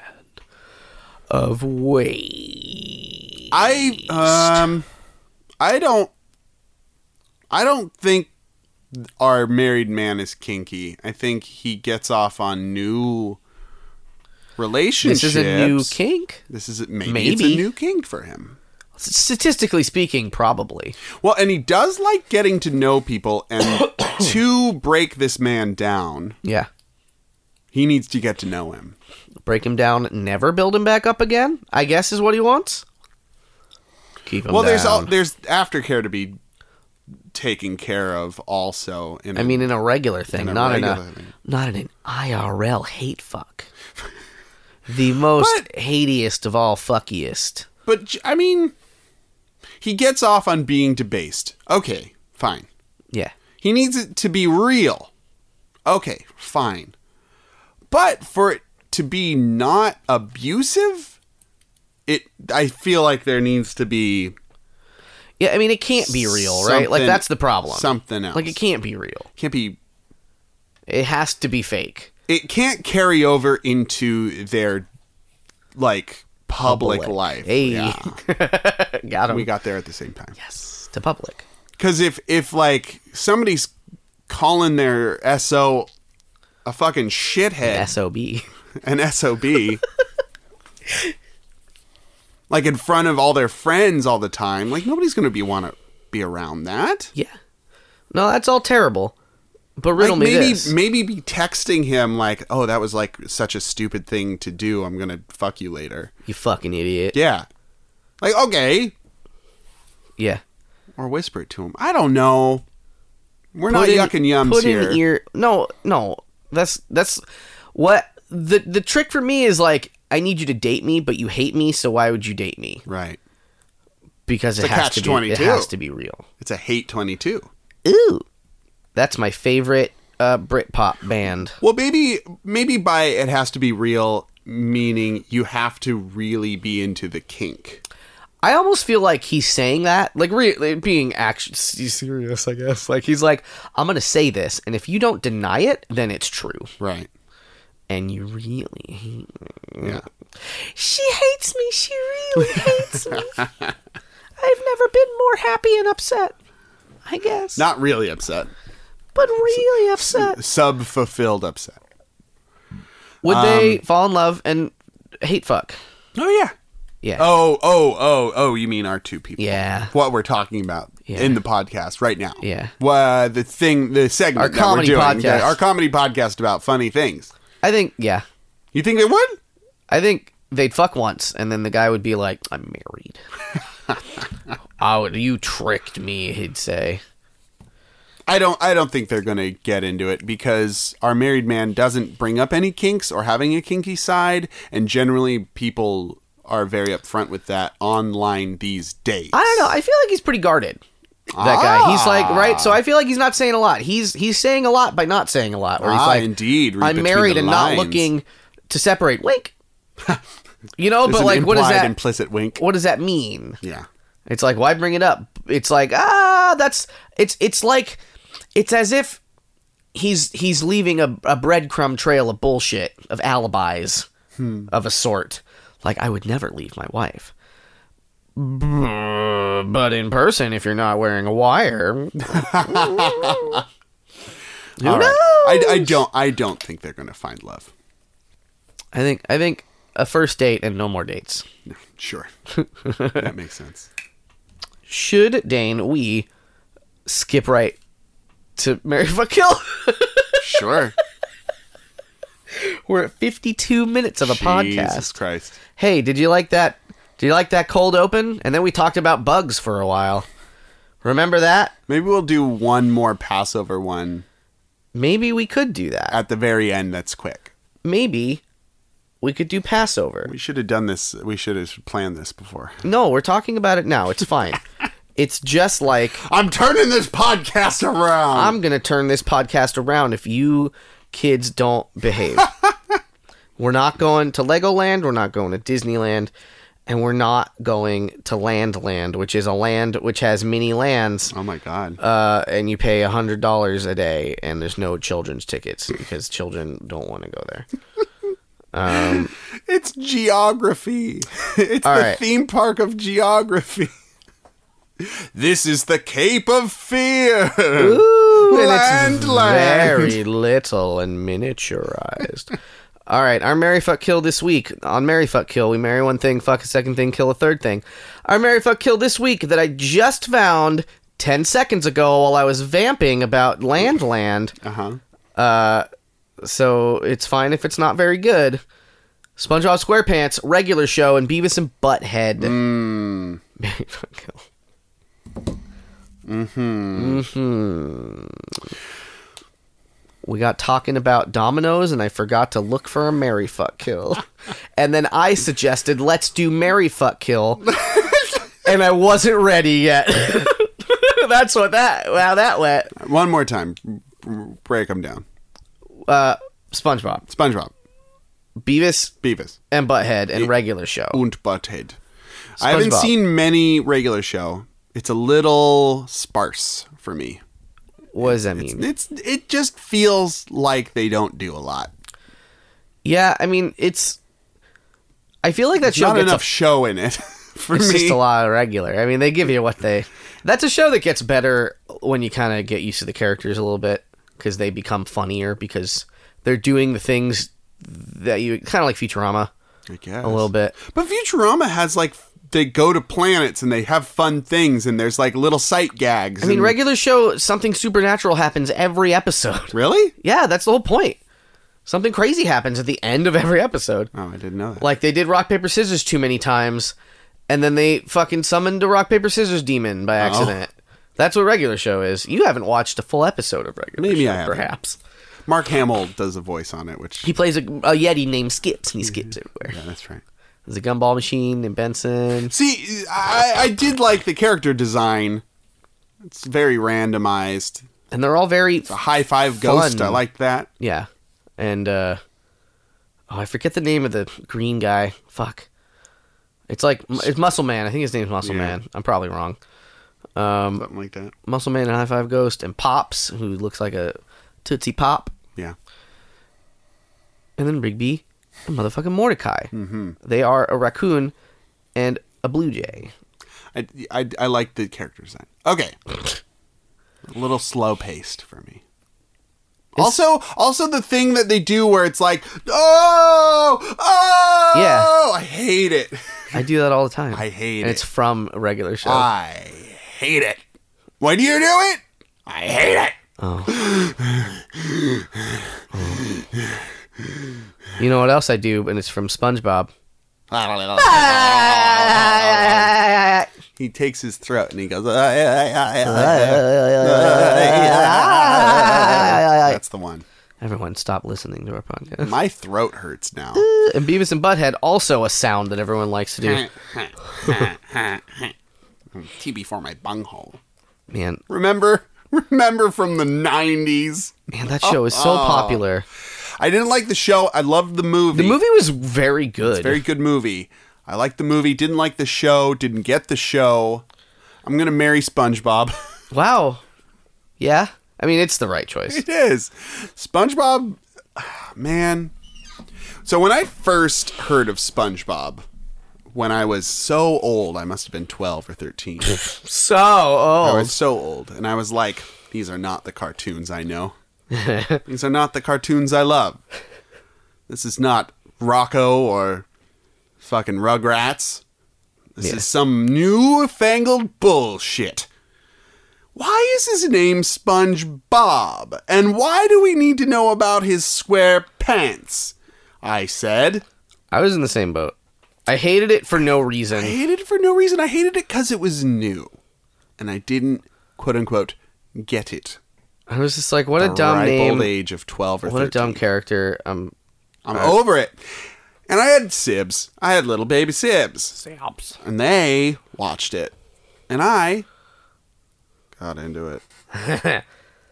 [SPEAKER 1] of waste.
[SPEAKER 2] I um I don't I don't think our married man is kinky. I think he gets off on new relationships.
[SPEAKER 1] This is a new kink.
[SPEAKER 2] This is maybe, it's
[SPEAKER 1] Maybe.
[SPEAKER 2] a new kink for him.
[SPEAKER 1] Statistically speaking, probably.
[SPEAKER 2] Well, and he does like getting to know people, and to break this man down,
[SPEAKER 1] Yeah.
[SPEAKER 2] he needs to get to know him.
[SPEAKER 1] Break him down, never build him back up again. I guess is what he wants. Keep him.
[SPEAKER 2] well, there's all
[SPEAKER 1] down.
[SPEAKER 2] there's aftercare to be taken care of, also. In
[SPEAKER 1] I
[SPEAKER 2] a-
[SPEAKER 1] mean, in a regular thing,
[SPEAKER 2] a
[SPEAKER 1] not in
[SPEAKER 2] regular
[SPEAKER 1] a,
[SPEAKER 2] thing.
[SPEAKER 1] not in an IRL hate fuck. the most hateiest of all fuckiest.
[SPEAKER 2] but j- I mean, he gets off on being debased. Okay, fine.
[SPEAKER 1] Yeah,
[SPEAKER 2] He needs it to be real. Okay, fine. But for it to be not abusive, it I feel like there needs to be
[SPEAKER 1] yeah. I mean, it can't be real, right? Like
[SPEAKER 2] Something-
[SPEAKER 1] that's the problem.
[SPEAKER 2] something else.
[SPEAKER 1] Like it can't be real.
[SPEAKER 2] can't be
[SPEAKER 1] It has to be fake.
[SPEAKER 2] it can't carry over into their like public,
[SPEAKER 1] Public.
[SPEAKER 2] life.
[SPEAKER 1] Hey,
[SPEAKER 2] Yeah.
[SPEAKER 1] got him.
[SPEAKER 2] We got there at the same time.
[SPEAKER 1] yes, to public.
[SPEAKER 2] Cuz if if like somebody's calling their SO a fucking shithead,
[SPEAKER 1] Sob.
[SPEAKER 2] an SOB like in front of all their friends all the time, like nobody's going to be want to be around that.
[SPEAKER 1] Yeah. No, that's all terrible. But riddle
[SPEAKER 2] Like
[SPEAKER 1] me
[SPEAKER 2] maybe
[SPEAKER 1] this.
[SPEAKER 2] maybe be texting him like, "Oh, that was like such a stupid thing to do. I'm going to fuck you later."
[SPEAKER 1] you fucking idiot.
[SPEAKER 2] Yeah. Like, okay.
[SPEAKER 1] yeah.
[SPEAKER 2] Or whisper it to him. I don't know. We're not
[SPEAKER 1] in-
[SPEAKER 2] yucking yums
[SPEAKER 1] put
[SPEAKER 2] here.
[SPEAKER 1] in ear. No, no. That's that's what the the trick for me is like. I need you to date me, but you hate me, so why would you date me?
[SPEAKER 2] right.
[SPEAKER 1] because it
[SPEAKER 2] a
[SPEAKER 1] has to be it
[SPEAKER 2] catch-22.
[SPEAKER 1] has to be real.
[SPEAKER 2] It's a hate 22.
[SPEAKER 1] Ooh, that's my favorite uh, Britpop band.
[SPEAKER 2] Well, maybe maybe by it has to be real, meaning you have to really be into the kink.
[SPEAKER 1] I almost feel like he's saying that, like re- like, being actually serious. I guess like he's like, I'm gonna say this, and if you don't deny it, then it's true,
[SPEAKER 2] Right.
[SPEAKER 1] and you really hate
[SPEAKER 2] Yeah.
[SPEAKER 1] She hates me. She really hates me. I've never been more happy and upset. I guess.
[SPEAKER 2] Not really upset.
[SPEAKER 1] but really upset.
[SPEAKER 2] Sub fulfilled upset.
[SPEAKER 1] Would they fall in love and hate fuck?
[SPEAKER 2] Oh yeah.
[SPEAKER 1] Yeah.
[SPEAKER 2] Oh, oh, oh, oh, you mean our two people.
[SPEAKER 1] Yeah.
[SPEAKER 2] What we're talking about
[SPEAKER 1] Yeah.
[SPEAKER 2] in the podcast right now.
[SPEAKER 1] Yeah.
[SPEAKER 2] Well, the thing the segment
[SPEAKER 1] Our
[SPEAKER 2] that
[SPEAKER 1] comedy
[SPEAKER 2] we're doing.
[SPEAKER 1] podcast.
[SPEAKER 2] that- Our comedy podcast about funny things.
[SPEAKER 1] I think yeah.
[SPEAKER 2] You think they would?
[SPEAKER 1] I think they'd fuck once and then the guy would be like, "I'm married." oh, you tricked me, he'd say.
[SPEAKER 2] I don't I don't think they're going to get into it because our married man doesn't bring up any kinks or having a kinky side and generally people are very upfront with that online these days.
[SPEAKER 1] I don't know. I feel like he's pretty guarded. That guy. He's like, right? So I feel like he's not saying a lot. He's he's saying a lot by not saying a lot. Or he's
[SPEAKER 2] Ah,
[SPEAKER 1] like,
[SPEAKER 2] indeed. Read
[SPEAKER 1] I'm
[SPEAKER 2] between
[SPEAKER 1] married
[SPEAKER 2] the
[SPEAKER 1] and
[SPEAKER 2] lines.
[SPEAKER 1] not looking to separate. Wink. You know,
[SPEAKER 2] There's
[SPEAKER 1] but
[SPEAKER 2] an
[SPEAKER 1] like, what does
[SPEAKER 2] implied,
[SPEAKER 1] that?
[SPEAKER 2] implicit wink?
[SPEAKER 1] what does that mean?
[SPEAKER 2] Yeah.
[SPEAKER 1] It's like, why bring it up? It's like, ah, that's it's it's like it's as if he's he's leaving a, a breadcrumb trail of bullshit, of alibis of a sort. Like I would never leave my wife. But in person, if you're not wearing a wire, who
[SPEAKER 2] All
[SPEAKER 1] knows?
[SPEAKER 2] right. I, I don't I don't think they're going to find love.
[SPEAKER 1] I think I think a first date and no more dates.
[SPEAKER 2] No, sure. that makes sense.
[SPEAKER 1] Should Dane we skip right to Mary Fuck Kill?
[SPEAKER 2] Sure.
[SPEAKER 1] We're at 52 minutes of a
[SPEAKER 2] Jesus
[SPEAKER 1] podcast.
[SPEAKER 2] Christ.
[SPEAKER 1] Hey, did you like that? Did you like that cold open? And then we talked about bugs for a while. Remember that?
[SPEAKER 2] Maybe we'll do one more Passover one
[SPEAKER 1] Maybe we could do that.
[SPEAKER 2] at the very end that's quick.
[SPEAKER 1] Maybe we could do Passover.
[SPEAKER 2] We should have done this. We should have planned this before.
[SPEAKER 1] No, we're talking about it now. It's fine. it's just like
[SPEAKER 2] I'm turning this podcast around.
[SPEAKER 1] I'm going to turn this podcast around if you kids don't behave. we're not going to Legoland, we're not going to Disneyland, and we're not going to Land Land, which is a land which has many lands.
[SPEAKER 2] oh my god.
[SPEAKER 1] Uh, and you pay hundred dollars a day, and there's no children's tickets because children don't want to go there.
[SPEAKER 2] it's geography. It's
[SPEAKER 1] All
[SPEAKER 2] the
[SPEAKER 1] right.
[SPEAKER 2] theme park of geography. This is the Cape of Fear. Ooh,
[SPEAKER 1] And
[SPEAKER 2] land,
[SPEAKER 1] it's
[SPEAKER 2] land.
[SPEAKER 1] very little and miniaturized. All right, our Mary Fuck Kill this week. On Mary Fuck Kill, we marry one thing, fuck a second thing, kill a third thing. Our Mary Fuck Kill this week that I just found 10 seconds ago while I was vamping about Land Land.
[SPEAKER 2] Uh huh.
[SPEAKER 1] So it's fine if it's not very good. SpongeBob SquarePants, regular show, and Beavis and Butthead. Mary Fuck Kill. Mm-hmm. We got talking about dominoes, and I forgot to look for a Mary Fuck Kill. and then I suggested, let's do Mary Fuck Kill. and I wasn't ready yet. That's what that how that went.
[SPEAKER 2] One more time. B- Break them down.
[SPEAKER 1] Uh, SpongeBob,
[SPEAKER 2] SpongeBob,
[SPEAKER 1] Beavis
[SPEAKER 2] Beavis,
[SPEAKER 1] and Butthead, and regular show.
[SPEAKER 2] und Butthead. I haven't
[SPEAKER 1] SpongeBob.
[SPEAKER 2] seen many regular show. It's a little sparse for me.
[SPEAKER 1] What does that mean?
[SPEAKER 2] It's it just feels like they don't do a lot.
[SPEAKER 1] Yeah, I mean it's. I feel like that show
[SPEAKER 2] Not
[SPEAKER 1] gets
[SPEAKER 2] enough
[SPEAKER 1] a,
[SPEAKER 2] show in it for
[SPEAKER 1] it's
[SPEAKER 2] me.
[SPEAKER 1] just a lot of regular. I mean, they give you what they. That's a show that gets better when you kind of get used to the characters a little bit because they become funnier because they're doing the things that you kind of like Futurama
[SPEAKER 2] I guess.
[SPEAKER 1] a little bit.
[SPEAKER 2] But Futurama has like f- they go to planets and they have fun things and there's like little sight gags.
[SPEAKER 1] I mean, regular show something supernatural happens every episode.
[SPEAKER 2] really?
[SPEAKER 1] Yeah, that's the whole point. Something crazy happens at the end of every episode.
[SPEAKER 2] Oh, I didn't know that.
[SPEAKER 1] Like they did rock paper scissors too many times, and then they fucking summoned a rock paper scissors demon by accident. That's what regular show is. You haven't watched a full episode of regular.
[SPEAKER 2] Maybe
[SPEAKER 1] show,
[SPEAKER 2] I haven't.
[SPEAKER 1] Perhaps
[SPEAKER 2] Mark Hamill does a voice on it, which
[SPEAKER 1] he plays a, a yeti named Skips, and he skips everywhere.
[SPEAKER 2] Mm-hmm. yeah, that's right.
[SPEAKER 1] There's a gumball machine and Benson.
[SPEAKER 2] See, I, I did like the character design. It's very randomized.
[SPEAKER 1] And they're all very
[SPEAKER 2] The high five ghost,
[SPEAKER 1] Fun.
[SPEAKER 2] I like that.
[SPEAKER 1] Yeah. And uh oh, I forget the name of the green guy. Fuck. It's like it's Muscle Man. I think his name's Muscle
[SPEAKER 2] Yeah.
[SPEAKER 1] Man. I'm probably wrong. Um
[SPEAKER 2] Something like that.
[SPEAKER 1] Muscle Man and High Five Ghost and Pops, who looks like a Tootsie Pop,
[SPEAKER 2] Yeah.
[SPEAKER 1] and then Rigby and motherfucking Mordecai. Mm-hmm. They are a raccoon and a blue jay.
[SPEAKER 2] I, I, I like the character design. Okay. a little slow paced for me. Also, also the thing that they do where it's like, oh, oh,
[SPEAKER 1] Yeah.
[SPEAKER 2] I hate it.
[SPEAKER 1] I do that all the time.
[SPEAKER 2] I hate
[SPEAKER 1] and It's
[SPEAKER 2] it. Ah.
[SPEAKER 1] from a regular show.
[SPEAKER 2] I hate it. When you do it, I hate it.
[SPEAKER 1] you know what else I do? And it's from SpongeBob.
[SPEAKER 2] He takes his throat and he goes. Ah. That's the one.
[SPEAKER 1] Everyone, stop listening to our podcast.
[SPEAKER 2] My throat hurts now.
[SPEAKER 1] And Beavis and Butthead also a sound that everyone likes to do.
[SPEAKER 2] TB for my bunghole.
[SPEAKER 1] Man,
[SPEAKER 2] Remember, remember from the '90s.
[SPEAKER 1] man, that show is so
[SPEAKER 2] Oh.
[SPEAKER 1] popular.
[SPEAKER 2] I didn't like the show. I loved the movie.
[SPEAKER 1] The movie was very good.
[SPEAKER 2] very good movie. I liked the movie. Didn't like the show. Didn't get the show. I'm gonna marry SpongeBob.
[SPEAKER 1] wow. Yeah. I mean, it's the right choice.
[SPEAKER 2] It is. SpongeBob, man. So when I first heard of SpongeBob, when I was so old, I must have been 12 or 13.
[SPEAKER 1] So,
[SPEAKER 2] I
[SPEAKER 1] oh,
[SPEAKER 2] was so old. And I was like, these are not the cartoons I know. these are not the cartoons I love. This is not Rocco or fucking Rugrats. This
[SPEAKER 1] Yeah.
[SPEAKER 2] is some newfangled bullshit. Why is his name SpongeBob? And why do we need to know about his square pants? I said.
[SPEAKER 1] I was in the same boat. I hated it for no
[SPEAKER 2] I
[SPEAKER 1] reason.
[SPEAKER 2] hated it for no reason. I hated it because it was new. And I didn't, quote unquote, get it.
[SPEAKER 1] I was just like, what a
[SPEAKER 2] the
[SPEAKER 1] dumb
[SPEAKER 2] ripe
[SPEAKER 1] name.
[SPEAKER 2] old age of 12 or
[SPEAKER 1] What a
[SPEAKER 2] 13.
[SPEAKER 1] dumb character. Um,
[SPEAKER 2] I'm over it. And I had sibs. I had little baby sibs. And they watched it. And I got into it.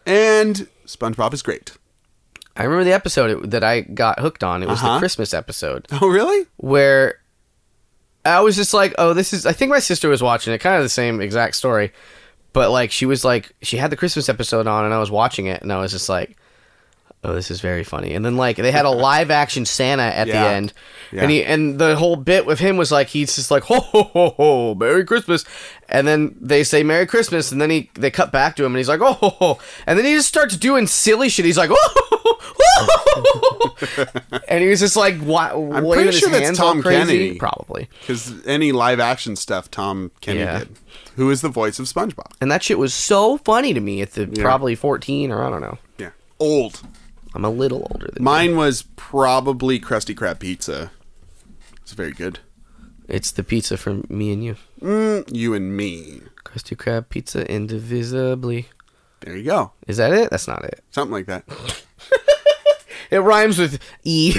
[SPEAKER 2] and SpongeBob is great.
[SPEAKER 1] I remember the episode it- that I got hooked on. It was the
[SPEAKER 2] Uh-huh.
[SPEAKER 1] Christmas episode.
[SPEAKER 2] Oh, really?
[SPEAKER 1] where I was just like, oh, this is. I think my sister was watching it, kind of the same exact story, but like she was like, she had the Christmas episode on, and I was watching it, and I was just like, oh, this is very funny. And then like they had a live action Santa at
[SPEAKER 2] Yeah.
[SPEAKER 1] the end,
[SPEAKER 2] Yeah.
[SPEAKER 1] and he and the whole bit with him was like he's just like ho ho ho ho, Merry Christmas, and then they say Merry Christmas, and then he they cut back to him, and he's like oh ho ho, and then he just starts doing silly shit. He's like oh. ho, ho, ho, ho, ho." and he was just like, "What?" I'm
[SPEAKER 2] pretty sure that's Tom Kennedy.
[SPEAKER 1] probably.
[SPEAKER 2] Because any live action stuff Tom Kenny
[SPEAKER 1] Yeah.
[SPEAKER 2] did, who is the voice of SpongeBob.
[SPEAKER 1] And that shit was so funny to me at the probably 14 or I don't know.
[SPEAKER 2] Yeah. Old.
[SPEAKER 1] I'm a little older than
[SPEAKER 2] Mine was probably Krusty Krab Pizza. It's very good.
[SPEAKER 1] you. It's the pizza for me and you.
[SPEAKER 2] You and me.
[SPEAKER 1] Krusty Krab pizza indivisibly.
[SPEAKER 2] There you go.
[SPEAKER 1] Is that it? That's not it.
[SPEAKER 2] Something like that.
[SPEAKER 1] It rhymes with E.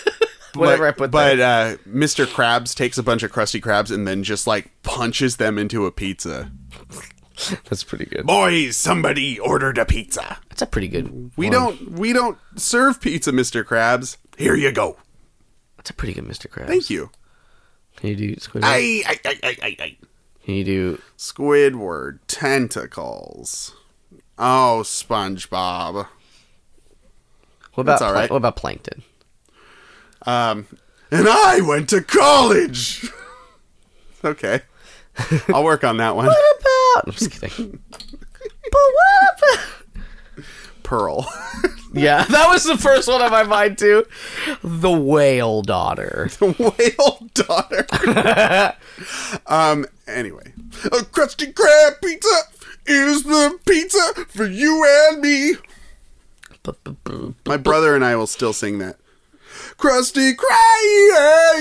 [SPEAKER 1] Whatever
[SPEAKER 2] but,
[SPEAKER 1] I put
[SPEAKER 2] But
[SPEAKER 1] there.
[SPEAKER 2] uh, Mr. Krabs takes a bunch of Krusty Krabs and then just like punches them into a pizza.
[SPEAKER 1] That's pretty good.
[SPEAKER 2] Boys, somebody ordered a pizza.
[SPEAKER 1] That's a pretty good.
[SPEAKER 2] We
[SPEAKER 1] one.
[SPEAKER 2] don't we don't serve pizza, Mr. Krabs. Here you go.
[SPEAKER 1] That's a pretty good Mr. Krabs.
[SPEAKER 2] Thank you.
[SPEAKER 1] Can you do Squidward?
[SPEAKER 2] I I I I I. I.
[SPEAKER 1] Can you do
[SPEAKER 2] Squidward tentacles. Oh, SpongeBob.
[SPEAKER 1] What about
[SPEAKER 2] That's all
[SPEAKER 1] Pla-
[SPEAKER 2] right.
[SPEAKER 1] what about Plankton?
[SPEAKER 2] Um, and I went to college. okay, I'll work on that one.
[SPEAKER 1] About I'm just kidding. but what about
[SPEAKER 2] Pearl.
[SPEAKER 1] Yeah, that was the first one on my mind too. The whale daughter.
[SPEAKER 2] whale daughter. um. Anyway, a crusty crab pizza is the pizza for you and me. My brother and I will still sing that. Krusty Krab, yeah,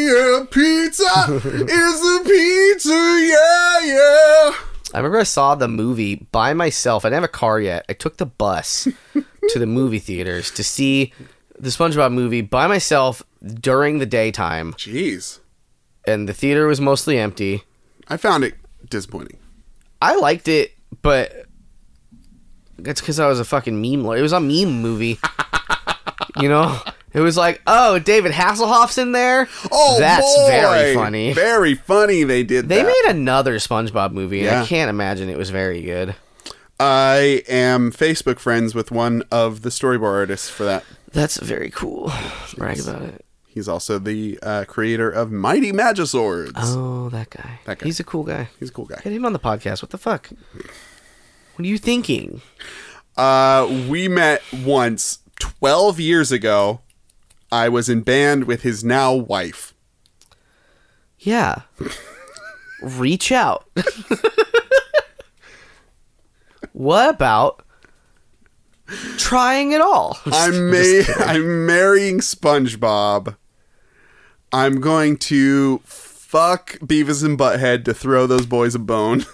[SPEAKER 2] yeah, yeah, yeah, pizza is the pizza, yeah, yeah.
[SPEAKER 1] I remember I saw the movie by myself. I didn't have a car yet. I took the bus to the movie theaters to see the SpongeBob movie by myself during the daytime,
[SPEAKER 2] Jeez.
[SPEAKER 1] and the theater was mostly empty.
[SPEAKER 2] I found it disappointing.
[SPEAKER 1] I liked it, but that's because I was a fucking meme. Lord. It was a meme movie. you know, it was like, oh, David Hasselhoff's in there.
[SPEAKER 2] Oh,
[SPEAKER 1] that's
[SPEAKER 2] boy!
[SPEAKER 1] very funny.
[SPEAKER 2] Very funny. They did.
[SPEAKER 1] they
[SPEAKER 2] that.
[SPEAKER 1] made another SpongeBob movie, and
[SPEAKER 2] Yeah.
[SPEAKER 1] I can't imagine it was very good.
[SPEAKER 2] I am Facebook friends with one of the storyboard artists for that.
[SPEAKER 1] That's very cool. Brag about it.
[SPEAKER 2] He's also the uh, creator of Mighty Magiswords.
[SPEAKER 1] Oh, that guy.
[SPEAKER 2] That guy.
[SPEAKER 1] He's a cool guy.
[SPEAKER 2] He's a cool guy.
[SPEAKER 1] Get him on the podcast. What the fuck? What are you thinking?
[SPEAKER 2] Uh, we met once 12 years ago. I was in band with his now wife.
[SPEAKER 1] Yeah. Reach out. what about trying it all?
[SPEAKER 2] I'm ma- I'm marrying SpongeBob. I'm going to fuck Beavis and Butthead to throw those boys a bone.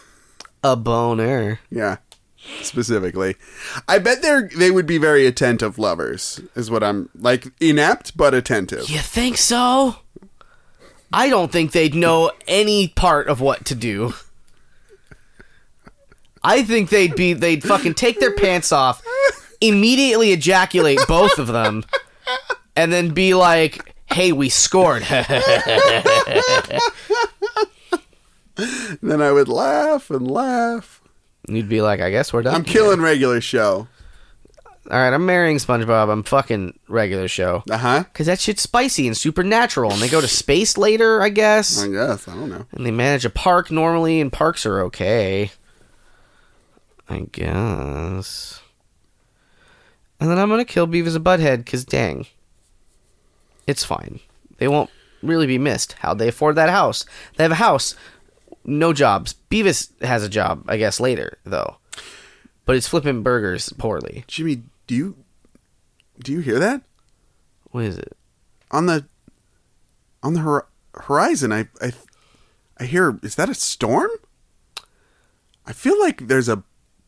[SPEAKER 1] a boner.
[SPEAKER 2] yeah. Specifically. I bet they're they would be very attentive lovers is what I'm like inept but attentive.
[SPEAKER 1] You think so? I don't think they'd know any part of what to do. I think they'd be they'd fucking take their pants off, immediately ejaculate both of them, and then be like, "Hey, we scored."
[SPEAKER 2] Then I would laugh and laugh.
[SPEAKER 1] You'd be like, "I guess we're done."
[SPEAKER 2] I'm killing regular show.
[SPEAKER 1] All right, I'm marrying SpongeBob. I'm fucking regular show.
[SPEAKER 2] Uh-huh.
[SPEAKER 1] Cause that shit's spicy and supernatural, and they go to space later, I guess.
[SPEAKER 2] I guess. I don't know.
[SPEAKER 1] And they manage a park normally, and parks are okay. I guess. And then I'm gonna kill Beavis and Butthead, cause dang. It's fine. They won't really be missed. How'd they afford that house? They have a house, no jobs. Beavis has a job, I guess, later, though. But it's flipping burgers poorly.
[SPEAKER 2] Jimmy, do you do you hear that
[SPEAKER 1] What is it?
[SPEAKER 2] on the on the hor- horizon? I I I hear. Is that a storm? I feel like there's a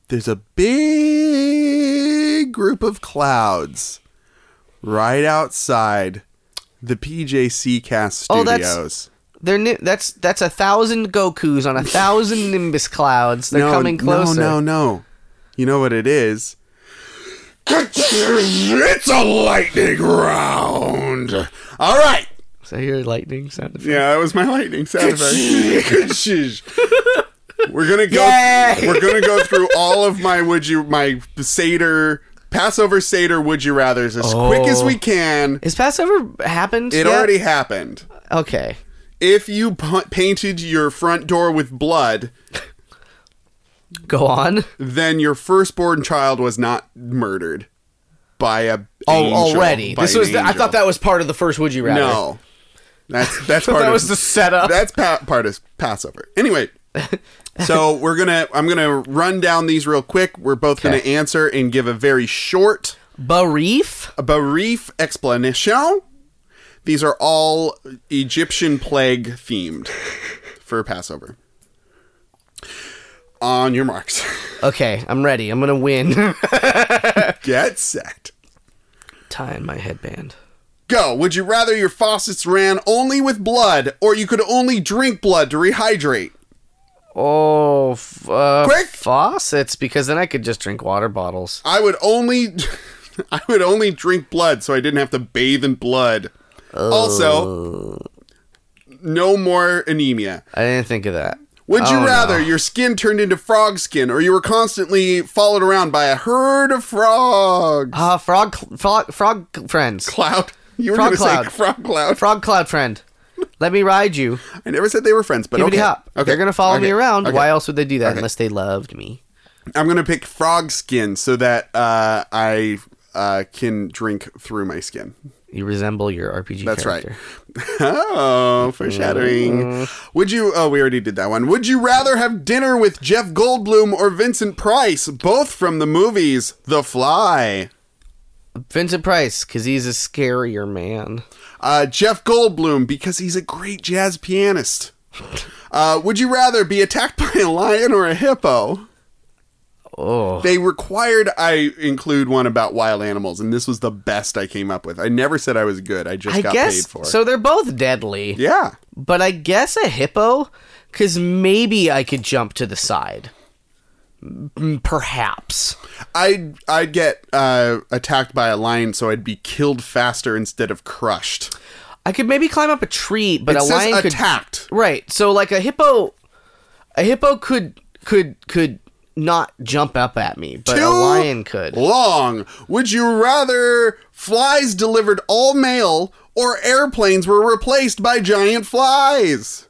[SPEAKER 2] there's a big group of clouds right outside the PJC Cast
[SPEAKER 1] Oh,
[SPEAKER 2] Studios.
[SPEAKER 1] that's- They're ni- that's that's a thousand Goku's on a thousand Nimbus clouds. They're coming closer.
[SPEAKER 2] No, no, no. You know what it is? It's a lightning round. All right.
[SPEAKER 1] So I hear lightning sound effect.
[SPEAKER 2] Yeah, that was my lightning sound effect. we're gonna go.
[SPEAKER 1] Yay!
[SPEAKER 2] We're gonna go through all of my would you my Seder Passover Seder would you rather's as quick as
[SPEAKER 1] Oh.
[SPEAKER 2] we can.
[SPEAKER 1] Is Passover happened? yet?
[SPEAKER 2] It already happened.
[SPEAKER 1] Okay.
[SPEAKER 2] If you pu- painted your front door with blood,
[SPEAKER 1] Go on.
[SPEAKER 2] then your firstborn child was not murdered by a
[SPEAKER 1] Oh,
[SPEAKER 2] angel,
[SPEAKER 1] already.
[SPEAKER 2] by
[SPEAKER 1] This
[SPEAKER 2] an
[SPEAKER 1] was. The, I
[SPEAKER 2] angel.
[SPEAKER 1] thought that was part of the first Would You Rather.
[SPEAKER 2] no, that's that's part
[SPEAKER 1] that
[SPEAKER 2] of
[SPEAKER 1] was the setup.
[SPEAKER 2] that's pa- part of Passover. Anyway, so we're gonna I'm gonna run down these real quick. We're both gonna answer and give a very short,
[SPEAKER 1] Barif.
[SPEAKER 2] brief explanation. These are all Egyptian plague themed for Passover. On your marks,
[SPEAKER 1] Okay, I'm ready. I'm gonna win.
[SPEAKER 2] get set.
[SPEAKER 1] Tie in my headband.
[SPEAKER 2] Go. Would you rather your faucets ran only with blood, or you could only drink blood to rehydrate?
[SPEAKER 1] Oh, f- uh,
[SPEAKER 2] Quick!
[SPEAKER 1] faucets. Because then I could just drink water bottles.
[SPEAKER 2] I would only, I would only drink blood, so I didn't have to bathe in blood. Also, no more anemia.
[SPEAKER 1] I didn't think of that.
[SPEAKER 2] Would you
[SPEAKER 1] Oh,
[SPEAKER 2] rather your skin turned into frog skin, or you were constantly followed around by a herd of frogs?
[SPEAKER 1] Ah, frog, cl- frog, frog friends.
[SPEAKER 2] Cloud. You were
[SPEAKER 1] Frog
[SPEAKER 2] going to say
[SPEAKER 1] cloud.
[SPEAKER 2] frog cloud.
[SPEAKER 1] Frog cloud friend. Let me ride you.
[SPEAKER 2] I never said they were friends, but
[SPEAKER 1] Bibbity
[SPEAKER 2] okay.
[SPEAKER 1] hop.
[SPEAKER 2] okay.
[SPEAKER 1] They're gonna follow me
[SPEAKER 2] Okay.
[SPEAKER 1] around.
[SPEAKER 2] Okay.
[SPEAKER 1] Why else would they do that unless they loved me?
[SPEAKER 2] I'm gonna pick frog skin so that uh, I uh, can drink through my skin.
[SPEAKER 1] You resemble your RPG
[SPEAKER 2] That's
[SPEAKER 1] character. Mm-hmm.
[SPEAKER 2] right. oh, foreshadowing. Would you? Oh, we already did that one. Would you rather have dinner with Jeff Goldblum or Vincent Price, both from the movies The Fly?
[SPEAKER 1] Vincent Price, because he's a scarier man.
[SPEAKER 2] Uh, Jeff Goldblum because he's a great jazz pianist. Uh, would you rather be attacked by a lion or a hippo?
[SPEAKER 1] Oh,
[SPEAKER 2] They required I include one about wild animals, and this was the best I came up with. I never said I was good. I just
[SPEAKER 1] I
[SPEAKER 2] got
[SPEAKER 1] guess
[SPEAKER 2] paid for it.
[SPEAKER 1] so. They're both deadly,
[SPEAKER 2] yeah.
[SPEAKER 1] but I guess a hippo, because maybe I could jump to the side. M- Perhaps.
[SPEAKER 2] I'd I'd get uh, attacked by a lion, so I'd be killed faster instead of crushed.
[SPEAKER 1] I could maybe climb up a tree, but
[SPEAKER 2] It
[SPEAKER 1] a
[SPEAKER 2] says
[SPEAKER 1] lion could
[SPEAKER 2] attacked.
[SPEAKER 1] Right. So like a hippo a hippo could could could not jump up at me, but
[SPEAKER 2] Too
[SPEAKER 1] a lion could.
[SPEAKER 2] Long. Would you rather flies delivered all mail or airplanes were replaced by giant flies?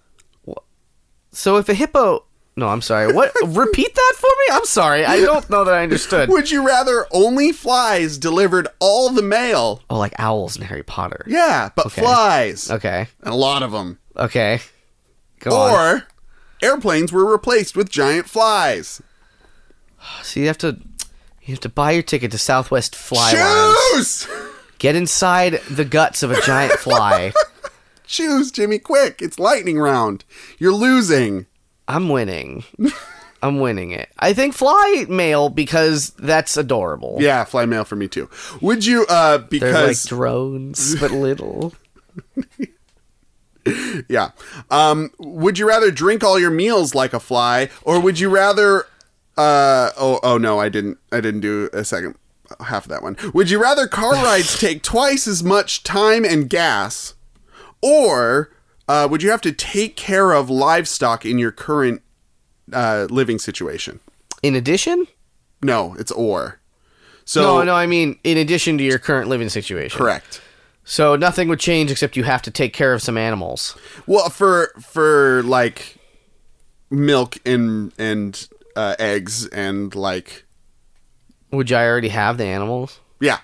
[SPEAKER 1] So if a hippo No, I'm sorry. What repeat that for me? I'm sorry. I don't know that I understood.
[SPEAKER 2] Would you rather only flies delivered all the mail?
[SPEAKER 1] Oh, like owls in Harry Potter.
[SPEAKER 2] Yeah, but flies.
[SPEAKER 1] Okay.
[SPEAKER 2] And a lot of them.
[SPEAKER 1] Okay. Go on.
[SPEAKER 2] Or airplanes were replaced with giant flies.
[SPEAKER 1] So you have to you have to buy your ticket to Southwest Fly Lounge.
[SPEAKER 2] Choose!
[SPEAKER 1] Get inside the guts of a giant fly.
[SPEAKER 2] Choose, Jimmy, quick. It's lightning round. You're losing.
[SPEAKER 1] I'm winning. I'm winning it. I think fly mail because that's adorable.
[SPEAKER 2] Yeah, fly mail for me too. Would you,
[SPEAKER 1] They're
[SPEAKER 2] uh,
[SPEAKER 1] like
[SPEAKER 2] because,
[SPEAKER 1] drones, but little.
[SPEAKER 2] yeah. Um, would you rather drink all your meals like a fly or would you rather, uh, oh, oh no, I didn't, I didn't do a second half of that one. Would you rather car rides take twice as much time and gas or, uh, would you have to take care of livestock in your current, uh, living situation?
[SPEAKER 1] In addition?
[SPEAKER 2] No, it's or. So,
[SPEAKER 1] no, no, I mean in addition to your current living situation.
[SPEAKER 2] correct.
[SPEAKER 1] So nothing would change except you have to take care of some animals.
[SPEAKER 2] Well, for for like milk and and uh, eggs and like
[SPEAKER 1] Would I already have the animals?
[SPEAKER 2] yeah,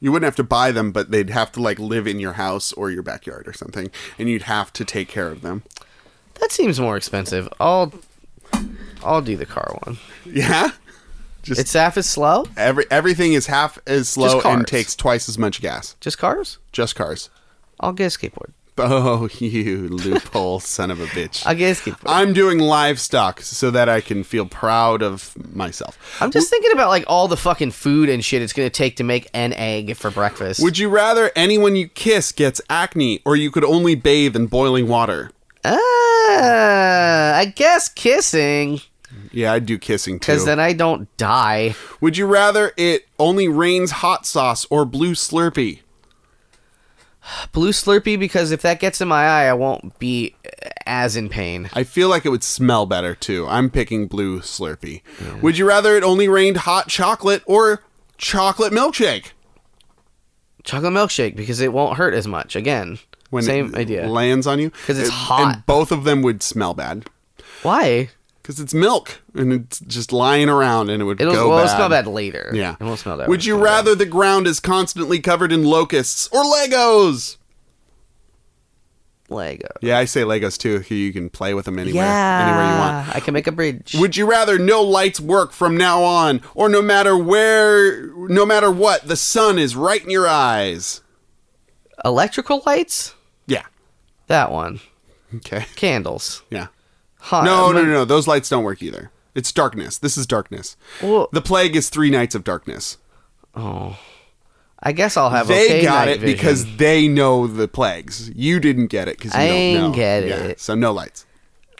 [SPEAKER 2] you wouldn't have to buy them, but they'd have to like live in your house or your backyard or something, and you'd have to take care of them.
[SPEAKER 1] That seems more expensive. I'll I'll do the car one.
[SPEAKER 2] Yeah,
[SPEAKER 1] It's half as slow?
[SPEAKER 2] every everything is half as slow
[SPEAKER 1] Just cars.
[SPEAKER 2] and takes twice as much gas.
[SPEAKER 1] Just cars?
[SPEAKER 2] Just cars.
[SPEAKER 1] I'll get a skateboard.
[SPEAKER 2] Oh, you loophole son of a bitch!
[SPEAKER 1] I'll get a skateboard.
[SPEAKER 2] I'm doing livestock so that I can feel proud of myself.
[SPEAKER 1] I'm just thinking about like all the fucking food and shit it's gonna take to make an egg for breakfast.
[SPEAKER 2] Would you rather anyone you kiss gets acne or you could only bathe in boiling water?
[SPEAKER 1] ah, I guess kissing,
[SPEAKER 2] Yeah, I'd do kissing too.
[SPEAKER 1] because then I don't die.
[SPEAKER 2] Would you rather it only rains hot sauce or blue Slurpee?
[SPEAKER 1] blue slurpee because if that gets in my eye i won't be as in pain
[SPEAKER 2] I feel like it would smell better too. I'm picking blue Slurpee. Would you rather it only rained hot chocolate or chocolate milkshake?
[SPEAKER 1] chocolate milkshake because it won't hurt as much again same
[SPEAKER 2] it
[SPEAKER 1] idea
[SPEAKER 2] lands on you
[SPEAKER 1] 'Cause it's
[SPEAKER 2] And-
[SPEAKER 1] hot.
[SPEAKER 2] and both of them would smell bad
[SPEAKER 1] why
[SPEAKER 2] because it's milk and it's just lying around and it would
[SPEAKER 1] it'll,
[SPEAKER 2] go
[SPEAKER 1] well,
[SPEAKER 2] bad.
[SPEAKER 1] it'll smell bad later
[SPEAKER 2] Yeah.
[SPEAKER 1] it won't smell that
[SPEAKER 2] Would you rather the ground is constantly covered in locusts or Legos?
[SPEAKER 1] lego
[SPEAKER 2] Yeah, I say Legos too. You can play with them anywhere,
[SPEAKER 1] yeah
[SPEAKER 2] anywhere you want.
[SPEAKER 1] i can make a bridge
[SPEAKER 2] Would you rather no lights work from now on, or no matter where, no matter what, the sun is right in your eyes?
[SPEAKER 1] electrical lights
[SPEAKER 2] Yeah.
[SPEAKER 1] that one
[SPEAKER 2] Okay.
[SPEAKER 1] candles
[SPEAKER 2] Yeah.
[SPEAKER 1] huh
[SPEAKER 2] No,
[SPEAKER 1] I'm
[SPEAKER 2] no,
[SPEAKER 1] like-
[SPEAKER 2] no, no. Those lights don't work either. It's darkness. This is darkness.
[SPEAKER 1] Well-
[SPEAKER 2] The plague is three nights of darkness.
[SPEAKER 1] oh i guess i'll have
[SPEAKER 2] They
[SPEAKER 1] okay
[SPEAKER 2] got
[SPEAKER 1] night
[SPEAKER 2] it
[SPEAKER 1] vision.
[SPEAKER 2] because they know the plagues. You didn't get it because you
[SPEAKER 1] I
[SPEAKER 2] don't
[SPEAKER 1] ain't
[SPEAKER 2] know.
[SPEAKER 1] get
[SPEAKER 2] Yeah,
[SPEAKER 1] it.
[SPEAKER 2] So no lights.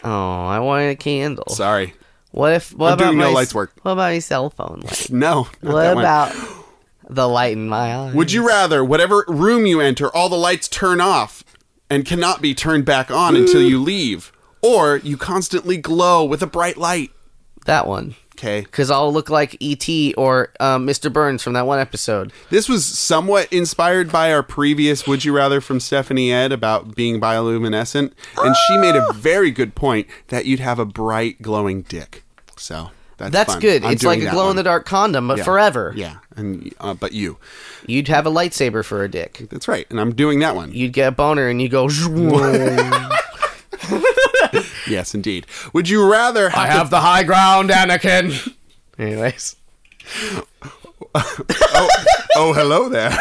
[SPEAKER 1] oh i wanted a candle
[SPEAKER 2] Sorry.
[SPEAKER 1] what if what
[SPEAKER 2] I'm
[SPEAKER 1] about
[SPEAKER 2] doing no
[SPEAKER 1] my
[SPEAKER 2] lights work.
[SPEAKER 1] what about my cell phone light
[SPEAKER 2] No. not
[SPEAKER 1] what
[SPEAKER 2] that one.
[SPEAKER 1] about the light in my eye
[SPEAKER 2] Would you rather whatever room you enter, all the lights turn off and cannot be turned back on until you leave, or you constantly glow with a bright light?
[SPEAKER 1] That one.
[SPEAKER 2] Okay.
[SPEAKER 1] Because I'll look like E.T. or um, Mr. Burns from that one episode.
[SPEAKER 2] This was somewhat inspired by our previous Would You Rather from Stephanie Ed about being bioluminescent, and she made
[SPEAKER 1] Ah!
[SPEAKER 2] a very good point that you'd have a bright glowing dick. So that's
[SPEAKER 1] That's
[SPEAKER 2] fun.
[SPEAKER 1] good.
[SPEAKER 2] I'm
[SPEAKER 1] it's
[SPEAKER 2] doing
[SPEAKER 1] like a
[SPEAKER 2] that
[SPEAKER 1] glow in the
[SPEAKER 2] one.
[SPEAKER 1] dark condom, but
[SPEAKER 2] Yeah.
[SPEAKER 1] forever.
[SPEAKER 2] Yeah, and uh, but you.
[SPEAKER 1] You'd have a lightsaber for a dick.
[SPEAKER 2] That's right, and I'm doing that one.
[SPEAKER 1] You'd get a boner and you go.
[SPEAKER 2] Yes, indeed. Would you rather have, to-
[SPEAKER 1] the high ground, Anakin. Anyways,
[SPEAKER 2] oh, oh, hello there.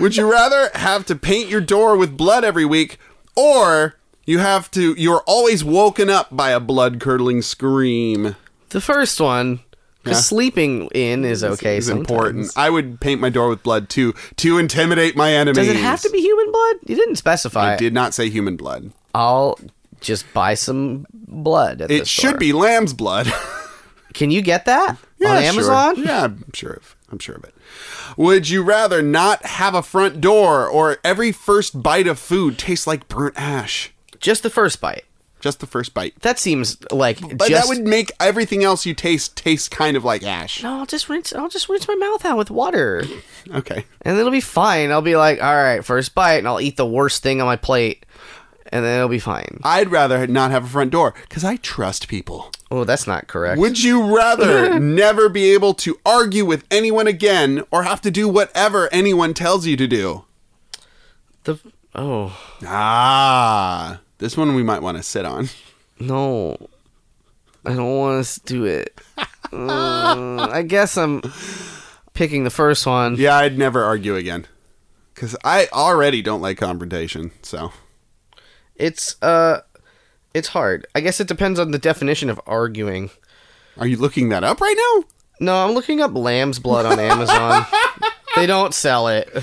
[SPEAKER 2] Would you rather have to paint your door with blood every week, or you have to? You're always woken up by a blood curdling scream.
[SPEAKER 1] the first one Because
[SPEAKER 2] Yeah.
[SPEAKER 1] sleeping in is okay.
[SPEAKER 2] is
[SPEAKER 1] sometimes.
[SPEAKER 2] important. I would paint my door with blood too to intimidate my enemies.
[SPEAKER 1] Does it have to be human blood? You didn't specify.
[SPEAKER 2] I did not say human blood.
[SPEAKER 1] I'll just buy some blood. At the
[SPEAKER 2] It should
[SPEAKER 1] store.
[SPEAKER 2] be lamb's blood.
[SPEAKER 1] Can you get that on
[SPEAKER 2] Yeah, sure.
[SPEAKER 1] Amazon?
[SPEAKER 2] Yeah, I'm sure of. I'm sure of it. Would you rather not have a front door or every first bite of food tastes like burnt ash?
[SPEAKER 1] Just the first bite.
[SPEAKER 2] Just the first bite.
[SPEAKER 1] That seems like
[SPEAKER 2] But
[SPEAKER 1] just.
[SPEAKER 2] that would make everything else you taste taste kind of like ash.
[SPEAKER 1] No, I'll just rinse. I'll just rinse my mouth out with water,
[SPEAKER 2] Okay.
[SPEAKER 1] and it'll be fine. I'll be like, all right, first bite, and I'll eat the worst thing on my plate, and then it'll be fine.
[SPEAKER 2] I'd rather not have a front door because I trust people.
[SPEAKER 1] Oh, that's not correct.
[SPEAKER 2] Would you rather never be able to argue with anyone again or have to do whatever anyone tells you to do?
[SPEAKER 1] the oh
[SPEAKER 2] Ah, this one we might want to sit on.
[SPEAKER 1] no, I don't want to do it. Uh, I guess I'm picking the first one.
[SPEAKER 2] Yeah, I'd never argue again. Because I already don't like confrontation, so.
[SPEAKER 1] It's uh, it's hard. I guess it depends on the definition of arguing.
[SPEAKER 2] Are you looking that up right
[SPEAKER 1] No, I'm looking up lamb's blood on Amazon. they don't sell it.
[SPEAKER 2] now?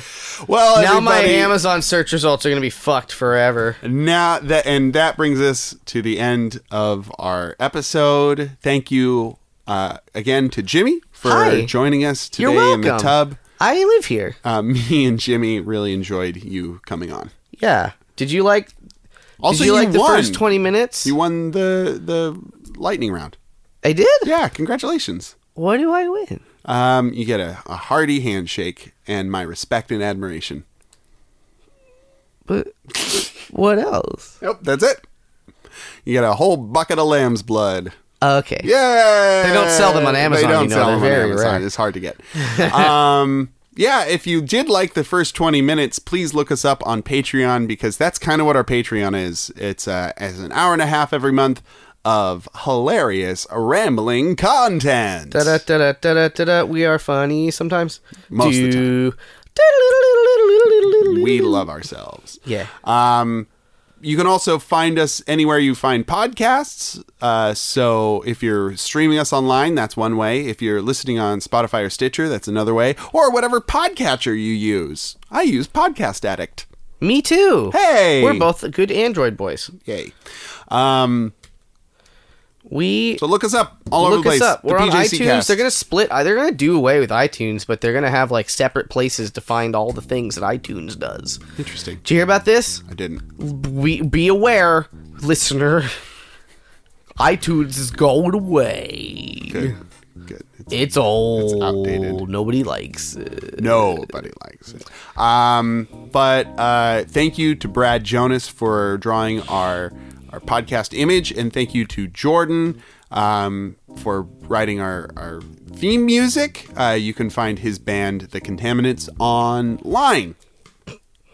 [SPEAKER 2] Well,
[SPEAKER 1] Now my
[SPEAKER 2] everybody-
[SPEAKER 1] Amazon search results are going to be fucked forever.
[SPEAKER 2] Now that and that brings us to the end of our episode. Thank you uh, again to Jimmy for
[SPEAKER 1] Hi.
[SPEAKER 2] joining us
[SPEAKER 1] You're
[SPEAKER 2] today in the
[SPEAKER 1] welcome.
[SPEAKER 2] tub.
[SPEAKER 1] I live here.
[SPEAKER 2] Uh, me and Jimmy really enjoyed you coming on.
[SPEAKER 1] Yeah. Did you like
[SPEAKER 2] Also,
[SPEAKER 1] did you, like the
[SPEAKER 2] won.
[SPEAKER 1] first 20 minutes?
[SPEAKER 2] You won the the lightning round.
[SPEAKER 1] I did?
[SPEAKER 2] Yeah, congratulations.
[SPEAKER 1] What do I win?
[SPEAKER 2] Um, you get a, a hearty handshake and my respect and admiration.
[SPEAKER 1] But what else?
[SPEAKER 2] Yep, that's it. You get a whole bucket of lamb's blood.
[SPEAKER 1] Okay.
[SPEAKER 2] Yeah,
[SPEAKER 1] They don't sell them on Amazon, you know, they're very rare.
[SPEAKER 2] It's hard to get. um, yeah, if you did like the first 20 minutes, please look us up on Patreon because that's kind of what our Patreon is. It's uh, as an hour and a half every month of hilarious rambling content.
[SPEAKER 1] Da da da da da da da da. We are funny sometimes.
[SPEAKER 2] Most of the
[SPEAKER 1] Do- da-da-da-da-da-da-da-da-da-da-da.
[SPEAKER 2] We love ourselves.
[SPEAKER 1] Yeah.
[SPEAKER 2] Um, you can also find us anywhere you find podcasts. Uh, so if you're streaming us online, that's one way. If you're listening on Spotify or Stitcher, that's another way. Or whatever podcatcher you use. I use Podcast Addict.
[SPEAKER 1] Me too.
[SPEAKER 2] Hey!
[SPEAKER 1] We're both good Android boys.
[SPEAKER 2] Yay. Um,
[SPEAKER 1] We
[SPEAKER 2] so look us up all over the
[SPEAKER 1] look
[SPEAKER 2] place.
[SPEAKER 1] us up.
[SPEAKER 2] The
[SPEAKER 1] We're on
[SPEAKER 2] PJC
[SPEAKER 1] iTunes.
[SPEAKER 2] Cast.
[SPEAKER 1] They're gonna split. They're gonna do away with iTunes, but they're gonna have like separate places to find all the things that iTunes does.
[SPEAKER 2] Interesting.
[SPEAKER 1] Did you hear about this?
[SPEAKER 2] I didn't.
[SPEAKER 1] We be aware, listener. iTunes is going away.
[SPEAKER 2] Good. Good. It's,
[SPEAKER 1] It's old.
[SPEAKER 2] outdated.
[SPEAKER 1] Nobody likes it.
[SPEAKER 2] nobody likes it. Um, but uh, thank you to Brad Jonas for drawing our our podcast image, and thank you to Jordan um, for writing our, our theme music. Uh, you can find his band, The Contaminants, online.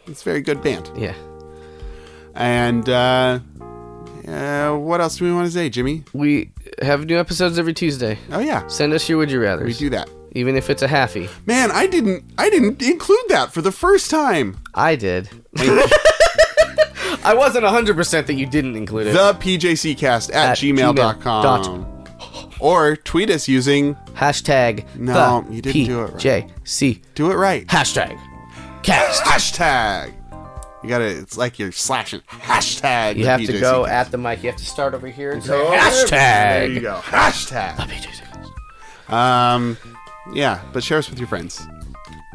[SPEAKER 2] It's a very good band.
[SPEAKER 1] Yeah.
[SPEAKER 2] And uh, uh, what else do we want to say, Jimmy?
[SPEAKER 1] We have new episodes every Tuesday.
[SPEAKER 2] Oh yeah,
[SPEAKER 1] Send us your would you rather.
[SPEAKER 2] we do that.
[SPEAKER 1] Even if it's a halfie.
[SPEAKER 2] Man, I didn't I didn't include that for the first time.
[SPEAKER 1] I did. I wasn't 100% that you didn't include it.
[SPEAKER 2] the PJCcast at,
[SPEAKER 1] At
[SPEAKER 2] gmail.com.
[SPEAKER 1] gmail
[SPEAKER 2] Or tweet us using
[SPEAKER 1] Hashtag
[SPEAKER 2] No,
[SPEAKER 1] the
[SPEAKER 2] you didn't do it right.
[SPEAKER 1] PJC.
[SPEAKER 2] do it right.
[SPEAKER 1] Hashtag cast.
[SPEAKER 2] Hashtag. You gotta it's like you're slashing. Hashtag.
[SPEAKER 1] You
[SPEAKER 2] the
[SPEAKER 1] have to go
[SPEAKER 2] PJCcast.
[SPEAKER 1] at the mic. You have to start over here and say
[SPEAKER 2] Go over there. There you
[SPEAKER 1] hashtag.
[SPEAKER 2] go. Hashtag.
[SPEAKER 1] PJC.
[SPEAKER 2] Um yeah, but share us with your friends.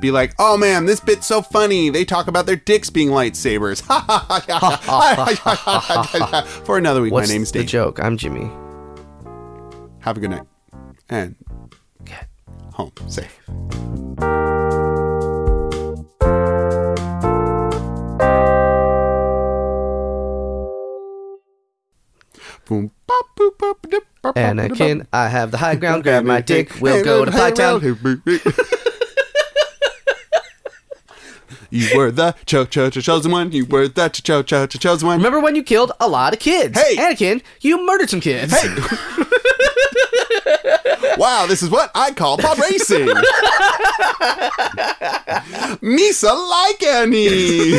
[SPEAKER 2] Be like, oh man, this bit's so funny. They talk about their dicks being lightsabers. For another week,
[SPEAKER 1] What's
[SPEAKER 2] my name's
[SPEAKER 1] the
[SPEAKER 2] Dave.
[SPEAKER 1] joke? I'm Jimmy.
[SPEAKER 2] Have a good night. And
[SPEAKER 1] Okay.
[SPEAKER 2] home safe. Boom, bop, boop, bop, dip, bop, bop, dip,
[SPEAKER 1] Anakin,
[SPEAKER 2] bop.
[SPEAKER 1] I have the high ground. Grab my dick. We'll go to Pytown.
[SPEAKER 2] You were the cho cho cho chosen one. You were the cho cho cho cho chosen one.
[SPEAKER 1] Remember when you killed a lot of kids?
[SPEAKER 2] Hey!
[SPEAKER 1] Anakin, you murdered some kids.
[SPEAKER 2] Wow, this is what I call pod racing. Misa like Annie.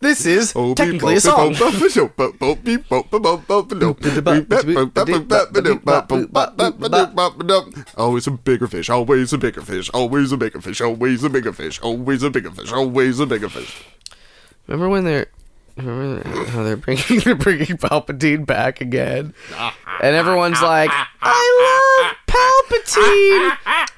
[SPEAKER 1] This this is technically a song.
[SPEAKER 2] Always a bigger fish, always a bigger fish, always a bigger fish, always a bigger fish, always a bigger fish, always a bigger fish.
[SPEAKER 1] Remember when they're remember how they're bringing they're bringing Palpatine back again, and everyone's like, "I love Palpatine.